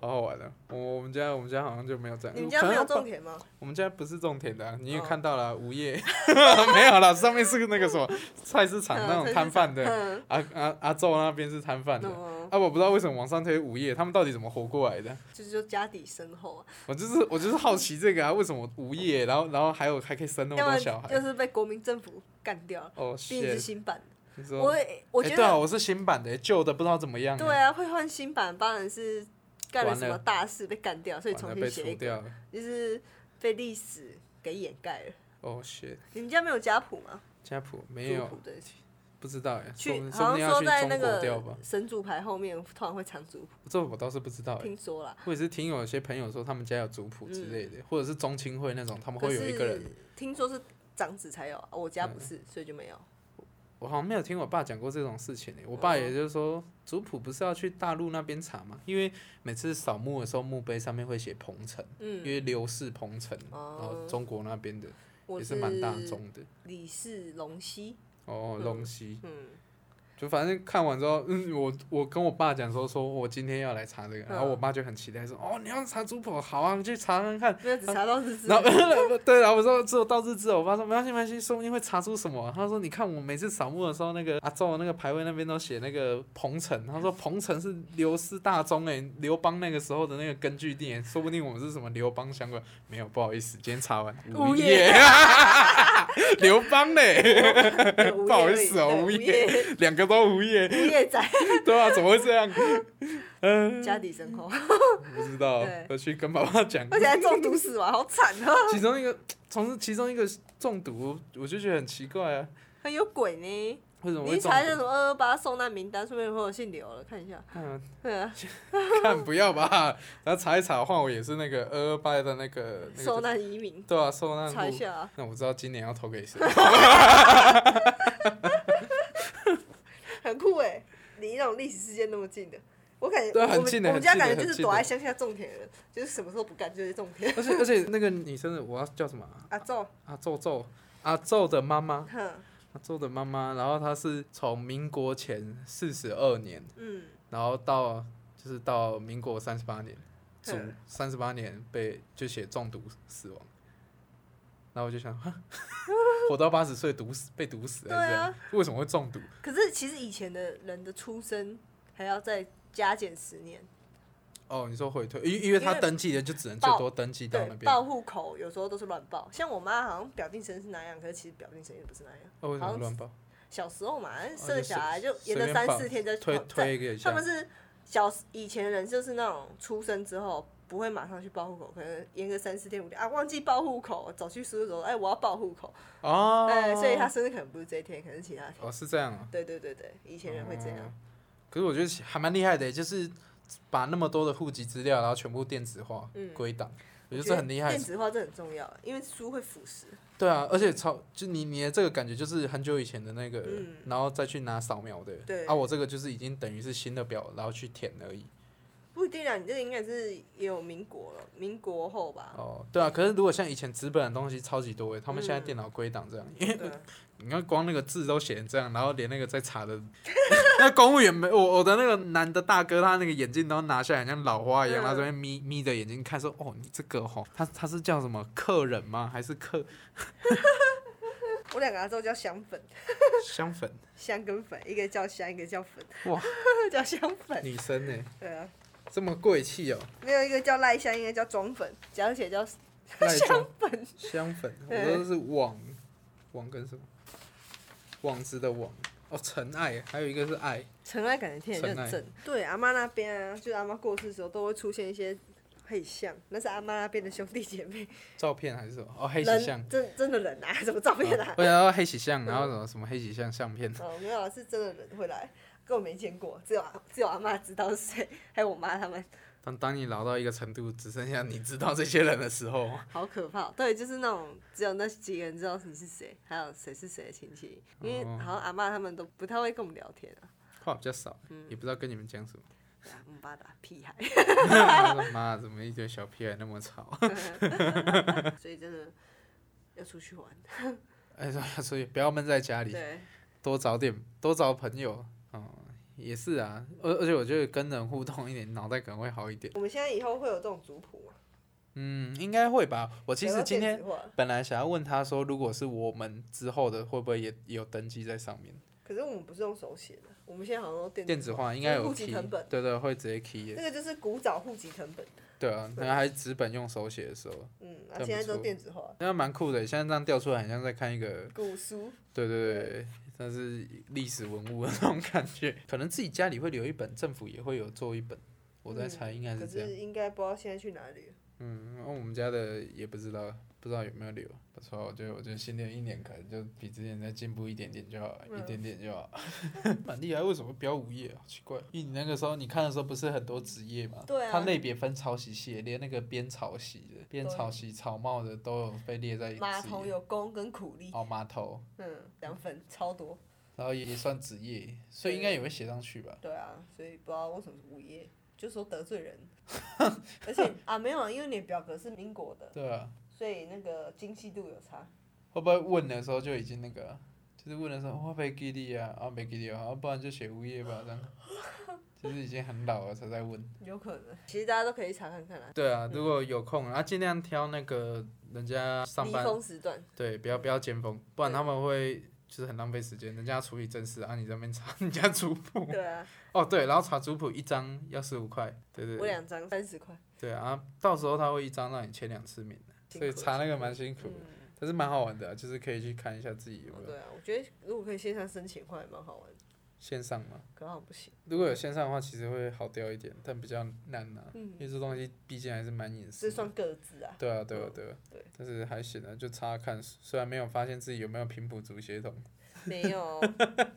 Speaker 1: 好好玩的、我我们家我们家好像就没有这样。
Speaker 2: 你们家
Speaker 1: 可
Speaker 2: 没
Speaker 1: 能啊
Speaker 2: 有
Speaker 1: 要
Speaker 2: 种
Speaker 1: 把？
Speaker 2: 田吗？
Speaker 1: 我们家不是种田的啊、你也
Speaker 2: 哦
Speaker 1: 看到了啊、无业 [LAUGHS] 没有啦，上面是那个什么菜市场那种摊贩的。
Speaker 2: 嗯，
Speaker 1: 阿阿阿宙那边是摊贩的，
Speaker 2: 哦
Speaker 1: 啊，我不知道为什么往上推午夜，他们到底怎么活过来的？
Speaker 2: 就是说家底深厚啊，
Speaker 1: 我就是我就是好奇这个啊，为什么午夜，然后然后还有还可以生那么
Speaker 2: 要不
Speaker 1: 多小
Speaker 2: 然就
Speaker 1: 孩？
Speaker 2: 是被国民政府干掉了，
Speaker 1: 哦，
Speaker 2: 毕竟是
Speaker 1: 谢，
Speaker 2: 新版的。
Speaker 1: 你说，
Speaker 2: 我
Speaker 1: 哎
Speaker 2: 我觉
Speaker 1: 对啊，
Speaker 2: 得
Speaker 1: 我是新版的，旧的不知道怎么样。
Speaker 2: 对，啊，会换新版当然是干了
Speaker 1: 完
Speaker 2: 什么
Speaker 1: 了
Speaker 2: 大事被干掉，所以
Speaker 1: 完
Speaker 2: 重
Speaker 1: 了
Speaker 2: 新
Speaker 1: 被
Speaker 2: 写
Speaker 1: 除
Speaker 2: 一个，
Speaker 1: 掉了。
Speaker 2: 就是被历史给掩盖了。
Speaker 1: 哦，谢，
Speaker 2: 你们家没有家谱吗？
Speaker 1: 家谱没
Speaker 2: 族
Speaker 1: 有
Speaker 2: 谱，对，
Speaker 1: 不知道哎，说
Speaker 2: 去
Speaker 1: 不说
Speaker 2: 好
Speaker 1: 不定要
Speaker 2: 像说
Speaker 1: 去
Speaker 2: 在那
Speaker 1: 中国掉
Speaker 2: 个
Speaker 1: 吧？
Speaker 2: 神主牌后面通常会藏族谱，
Speaker 1: 这我倒是不知道哎。
Speaker 2: 听说啦。
Speaker 1: 我也是听有些朋友说他们家有族谱之类的，或者是宗亲会那种，他们
Speaker 2: 嗯可
Speaker 1: 会有一个
Speaker 2: 是
Speaker 1: 人。嗯
Speaker 2: 听说是长子才有啊，我家不是，所以就没有。
Speaker 1: 我好像没有听我爸讲过这种事情诶、欸我爸
Speaker 2: 哦
Speaker 1: 也就是说，族谱不是要去大陆那边查吗？因为每次扫墓的时候，墓碑上面会写彭城，因
Speaker 2: 嗯，
Speaker 1: 为刘氏彭城，
Speaker 2: 哦
Speaker 1: 然后中国那边的
Speaker 2: 我
Speaker 1: 也是蛮大众的。
Speaker 2: 李氏龙溪，
Speaker 1: 哦，
Speaker 2: 嗯
Speaker 1: 龙溪，
Speaker 2: 嗯，
Speaker 1: 就反正看完之后，嗯，我我跟我爸讲说，说我今天要来查这个，然后
Speaker 2: 嗯
Speaker 1: 我爸就很期待说，哦，你要查族谱，好啊，你去查看看。
Speaker 2: 没有只查到日志
Speaker 1: 然， [LAUGHS] 后对，然后我说只有到日志哦，我爸说没关系没关系，说不定会查出什么。啊他说你看我每次扫墓的时候，那个阿昼那个牌位那边都写那个彭城，他说彭城是刘氏大宗诶，刘邦那个时候的那个根据地诶，说不定我们是什么刘邦相关。没有，不好意思，今天查完
Speaker 2: 午夜
Speaker 1: 夜， [LAUGHS] 刘邦嘞，
Speaker 2: 对
Speaker 1: 不好意思哦，
Speaker 2: 无
Speaker 1: 无
Speaker 2: 业
Speaker 1: 业，两个都无业
Speaker 2: 无，业仔， [LAUGHS]
Speaker 1: 对啊，怎么会这样？嗯、
Speaker 2: 家底真厚，
Speaker 1: 不知道
Speaker 2: 对，
Speaker 1: 回去跟爸爸讲。
Speaker 2: 而且还中毒死亡，好惨啊，
Speaker 1: 其中一个，从其中一个中毒，我就觉得很奇怪啊，
Speaker 2: 很有鬼呢。
Speaker 1: 为什么
Speaker 2: 你
Speaker 1: 会
Speaker 2: 一
Speaker 1: 中
Speaker 2: 查呃一下什
Speaker 1: 毒？
Speaker 2: 么二二八受难名单，顺便会有姓刘了，看一下。
Speaker 1: 嗯，
Speaker 2: 对啊， [LAUGHS]
Speaker 1: 看不要吧，然后查一查，换我也是那个二二八的那个那个
Speaker 2: 受难移民，
Speaker 1: 对啊，受难户
Speaker 2: 查一下啊。 [LAUGHS]
Speaker 1: 那我知道今年要投给谁，
Speaker 2: 很酷哎、离那种历史事件那么近的，我感觉
Speaker 1: 对啊
Speaker 2: 我们
Speaker 1: 很近的
Speaker 2: 我们家
Speaker 1: 很近的
Speaker 2: 感觉
Speaker 1: 很
Speaker 2: 就是
Speaker 1: 近的
Speaker 2: 躲在乡下种田的人，就是什么时候不干就是种田。 [LAUGHS]
Speaker 1: 而且而且那个女生的我要叫什么啊？
Speaker 2: 阿昼，
Speaker 1: 阿皱皱，阿皱的妈妈，
Speaker 2: 哼，
Speaker 1: 阿皱的妈妈，然后她是从民国前四十二年，
Speaker 2: 嗯，
Speaker 1: 然后到就是到民国三十八年，主
Speaker 2: 嗯
Speaker 1: 三十八年被就写中毒死亡，然后我就想，哈 [LAUGHS] 活到八十岁毒死被毒死还是这样
Speaker 2: 对，啊
Speaker 1: 为什么会中毒？
Speaker 2: 可是其实以前的人的出生还要再加减十年，
Speaker 1: 哦，你说回退，因因为他
Speaker 2: 因为
Speaker 1: 登记的就只能最
Speaker 2: 报
Speaker 1: 多登记到
Speaker 2: 对
Speaker 1: 那，边。
Speaker 2: 报户口有时候都是乱报，像我妈好像表定生是那样，可是其实表定生也不是那样。
Speaker 1: 哦，为什
Speaker 2: 好
Speaker 1: 么
Speaker 2: 像
Speaker 1: 乱报？
Speaker 2: 小时候嘛，
Speaker 1: 哦就
Speaker 2: 生了小孩就
Speaker 1: 随
Speaker 2: 沿着
Speaker 1: 随便
Speaker 2: 三
Speaker 1: 报
Speaker 2: 四天再
Speaker 1: 推
Speaker 2: 跑
Speaker 1: 推给
Speaker 2: 他们是小以前人就是那种出生之后不会马上去报户口，可能延个三四天五天啊，忘记报户口，走去苏州，哎，我要报户口，
Speaker 1: 哦，
Speaker 2: 哎、所以他生日可能不是这一天，可能是其他天。
Speaker 1: 哦是这样啊，
Speaker 2: 对对对对，以前人会这
Speaker 1: 哦
Speaker 2: 样，
Speaker 1: 可是我觉得还蛮厉害的，就是把那么多的户籍资料，然后全部电子化
Speaker 2: 嗯
Speaker 1: 归档，我觉
Speaker 2: 我
Speaker 1: 得这很厉害
Speaker 2: 电。子化这很重要，因为书会腐蚀。
Speaker 1: 对啊，而且超就你你的这个感觉就是很久以前的那个
Speaker 2: 嗯，
Speaker 1: 然后再去拿扫描的。
Speaker 2: 对
Speaker 1: 啊，我这个就是已经等于是新的表，然后去填而已。
Speaker 2: 不一定啊，你这个应该是也有民国了，民国后吧？
Speaker 1: 哦，对啊，可是如果像以前纸本的东西超级多诶，他们现在
Speaker 2: 嗯
Speaker 1: 电脑归档这样， [LAUGHS]
Speaker 2: 对啊，
Speaker 1: 你看光那个字都写成这样，然后连那个在查的， [LAUGHS] 那公务员没我我的那个男的大哥，他那个眼镜都拿下来，像老花一样，
Speaker 2: 嗯
Speaker 1: 他这边眯眯着眼睛看说，哦，你这个吼，他他是叫什么客人吗？还是
Speaker 2: [LAUGHS]
Speaker 1: 客
Speaker 2: 我两个阿都叫香粉，
Speaker 1: 香粉
Speaker 2: 香跟粉，一个叫香，一个叫粉，
Speaker 1: 哇，
Speaker 2: [LAUGHS] 叫香粉。
Speaker 1: 女生呢、
Speaker 2: 对啊，
Speaker 1: 这么贵气哦，
Speaker 2: 没有一个叫赖香，一个叫庄粉，讲起来叫
Speaker 1: 赖
Speaker 2: [LAUGHS] 香
Speaker 1: 中
Speaker 2: 粉。哎
Speaker 1: 香粉，我
Speaker 2: 对
Speaker 1: 说是网网跟什么网子的网哦，尘爱，还有一个是爱，
Speaker 2: 尘埃感觉听起来就很
Speaker 1: 尘
Speaker 2: 正。对，阿妈那边啊，就是阿妈过世的时候，都会出现一些黑像，那是阿妈那边的兄弟姐妹，
Speaker 1: 照片还是什么哦，黑喜哦象
Speaker 2: 人，真真的人啊， [LAUGHS] 什么照片啊？
Speaker 1: 我想要黑喜象，然后
Speaker 2: 嗯
Speaker 1: 什么什么黑喜象相片。
Speaker 2: 哦，没有啊，是真的人会来，根本没见过，只有只有阿妈知道是谁，还有我妈他们，
Speaker 1: 当当你老到一个程度，只剩下你知道这些人的时候， [LAUGHS]
Speaker 2: 好可怕。哦对，就是那种只有那几个人知道你是谁，还有谁是谁的亲戚，因为
Speaker 1: 哦
Speaker 2: 好像阿妈他们都不太会跟我们聊天啊，
Speaker 1: 话比较少，
Speaker 2: 嗯
Speaker 1: 也不知道跟你们讲什么。
Speaker 2: 对啊，姆巴达屁
Speaker 1: [LAUGHS]
Speaker 2: 孩。
Speaker 1: 他
Speaker 2: [LAUGHS]
Speaker 1: 说妈，怎么一 [LAUGHS] 堆小屁孩那么吵？ [LAUGHS]
Speaker 2: 所以真的要出去玩。
Speaker 1: 哎，所以不要闷在家里，
Speaker 2: 对，
Speaker 1: 多找点，多找朋友。嗯，也是啊，而而且我觉得跟人互动一点，脑袋可能会好一点。
Speaker 2: 我们现在以后会有这种族谱吗？
Speaker 1: 嗯，应该会吧。我其
Speaker 2: 聊
Speaker 1: 实
Speaker 2: 到
Speaker 1: 今
Speaker 2: 电
Speaker 1: 天
Speaker 2: 子化
Speaker 1: 本来想要问他说，如果是我们之后的，会不会也也有登记在上面？
Speaker 2: 可是我们不是用手写的，我们现在好像都电
Speaker 1: 电子化应该有
Speaker 2: 户籍
Speaker 1: key，
Speaker 2: 成本
Speaker 1: 对对，会直接 key 的。
Speaker 2: 这个就是古早户籍成本，
Speaker 1: 对啊，可能还纸本用手写的时候。
Speaker 2: 嗯，
Speaker 1: 很
Speaker 2: 啊，
Speaker 1: 不
Speaker 2: 现在都
Speaker 1: 错
Speaker 2: 电子化，
Speaker 1: 那蛮酷的，欸现在这样调出来，很像在看一个，
Speaker 2: 古书，
Speaker 1: 对对对，但是历史文物的那种感觉。 [LAUGHS] 可能自己家里会留一本，政府也会有做一本，我在猜应该
Speaker 2: 嗯可
Speaker 1: 是这样。
Speaker 2: 是应该不知道现在去哪里了。
Speaker 1: 嗯，那、我们家的也不知道，不知道有没有留。不错，我觉得我觉得新的一年可能就比之前再进步一点点就好，
Speaker 2: 嗯
Speaker 1: 一点点就好。 [LAUGHS] 蛮厉害，为什么标午夜啊？好奇怪，因为你那个时候你看的时候不是很多职业嘛？
Speaker 2: 对啊
Speaker 1: 它类别分超细系，连那个编草席的、编
Speaker 2: 都
Speaker 1: 草
Speaker 2: 有
Speaker 1: 席、草帽的都有被列在职业。
Speaker 2: 码头有功跟苦力，
Speaker 1: 哦，码头。
Speaker 2: 嗯，两粉超多，
Speaker 1: 然后也也算职业，所以应该也会写上去吧。
Speaker 2: 对啊，所以不知道为什么是午夜，就说得罪
Speaker 1: [LAUGHS]
Speaker 2: 人，而且啊没有啊，因为你的表格是民国的，
Speaker 1: 对啊，
Speaker 2: 所以那个精细度有差。
Speaker 1: 会不会问的时候就已经那个，就是问了说我没给你啊，啊没给你啊，啊不然就写无业吧这样，就是已经很老了才
Speaker 2: [LAUGHS]
Speaker 1: 在问。
Speaker 2: 有可能。其实大家都可以查看看啦，
Speaker 1: 对啊，如果有空，然后尽量挑那个人家上
Speaker 2: 离
Speaker 1: 班，
Speaker 2: 峰时段，
Speaker 1: 对，不要不要尖峰，不然
Speaker 2: 对
Speaker 1: 他们会就是很浪费时间。人家处理正事啊，你在那边查人家族谱。
Speaker 2: 对啊，
Speaker 1: 哦，对，然后查族谱一张要十五块，对对
Speaker 2: 我
Speaker 1: 对，
Speaker 2: 两张三十块，
Speaker 1: 对啊，到时候他会一张让你签两次名的，所以
Speaker 2: 辛苦
Speaker 1: 查那个蛮辛苦的，
Speaker 2: 嗯，
Speaker 1: 但是蛮好玩的啊、就是可以去看一下自己有没有
Speaker 2: 对啊，我觉得如果可以线上申请的话，也蛮好玩的，
Speaker 1: 线上嘛。
Speaker 2: 可好像不行，
Speaker 1: 如果有线上的话，其实会好调一点，但比较难拿、啊
Speaker 2: 嗯
Speaker 1: 因为这东西毕竟还是蛮隐
Speaker 2: 这
Speaker 1: 私的。
Speaker 2: 算各
Speaker 1: [LAUGHS]
Speaker 2: 自啊，
Speaker 1: 对啊，对啊，
Speaker 2: 嗯
Speaker 1: 对啊，
Speaker 2: 对
Speaker 1: 但是还行啊，就查看，虽然没有发现自己有没有平埔族血统，
Speaker 2: 没有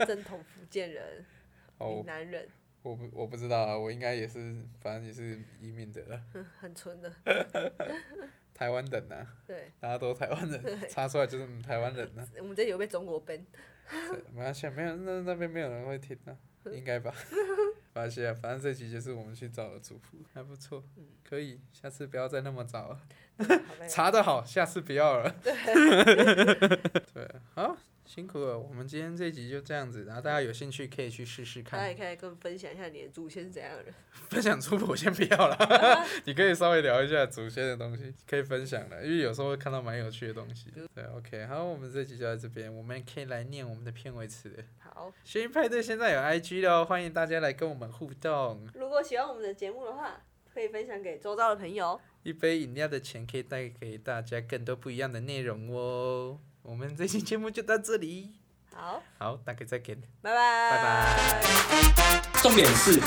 Speaker 2: 正统福建人、
Speaker 1: [LAUGHS] 哦，
Speaker 2: 闽
Speaker 1: 我
Speaker 2: 南人，
Speaker 1: 我不我不知道啊，我应该也是，反正也是移民的啦，
Speaker 2: 哼很纯的，
Speaker 1: 台湾人呐、啊，
Speaker 2: 对，
Speaker 1: 大家都台湾人，查出来就是嗯台湾人呐、
Speaker 2: 我们这里有被中国 ban，
Speaker 1: 对没关系啊，没有那那边没有人会听啊，应该吧？没关系啊，反正这集就是我们去找的族谱，还不错，可以，下次不要再那么早了，
Speaker 2: 好吧
Speaker 1: 查的好，下次不要了。对，好，辛苦了，我们今天这集就这样子，然后大家有兴趣可以去试试
Speaker 2: 大家也
Speaker 1: 看，
Speaker 2: 可以跟我们分享一下你的祖先是怎样的人，
Speaker 1: 分享族谱先不要了，你可以稍微聊一下祖先的东西，可以分享了，因为有时候会看到蛮有趣的东西的。对，OK，好，我们这集就到这边，我们也可以来念我们的片尾词了。
Speaker 2: 好。
Speaker 1: 学音派对现在有 IG 了哦，欢迎大家来跟我们互动。
Speaker 2: 如果喜欢我们的节目的话，可以分享给周遭的朋友。
Speaker 1: 一杯饮料的钱可以带给大家更多不一样的内容哦。我们这期节目就到这里，
Speaker 2: 好，
Speaker 1: 好，大家再见。
Speaker 2: 拜拜，
Speaker 1: 拜拜。
Speaker 4: 重点是。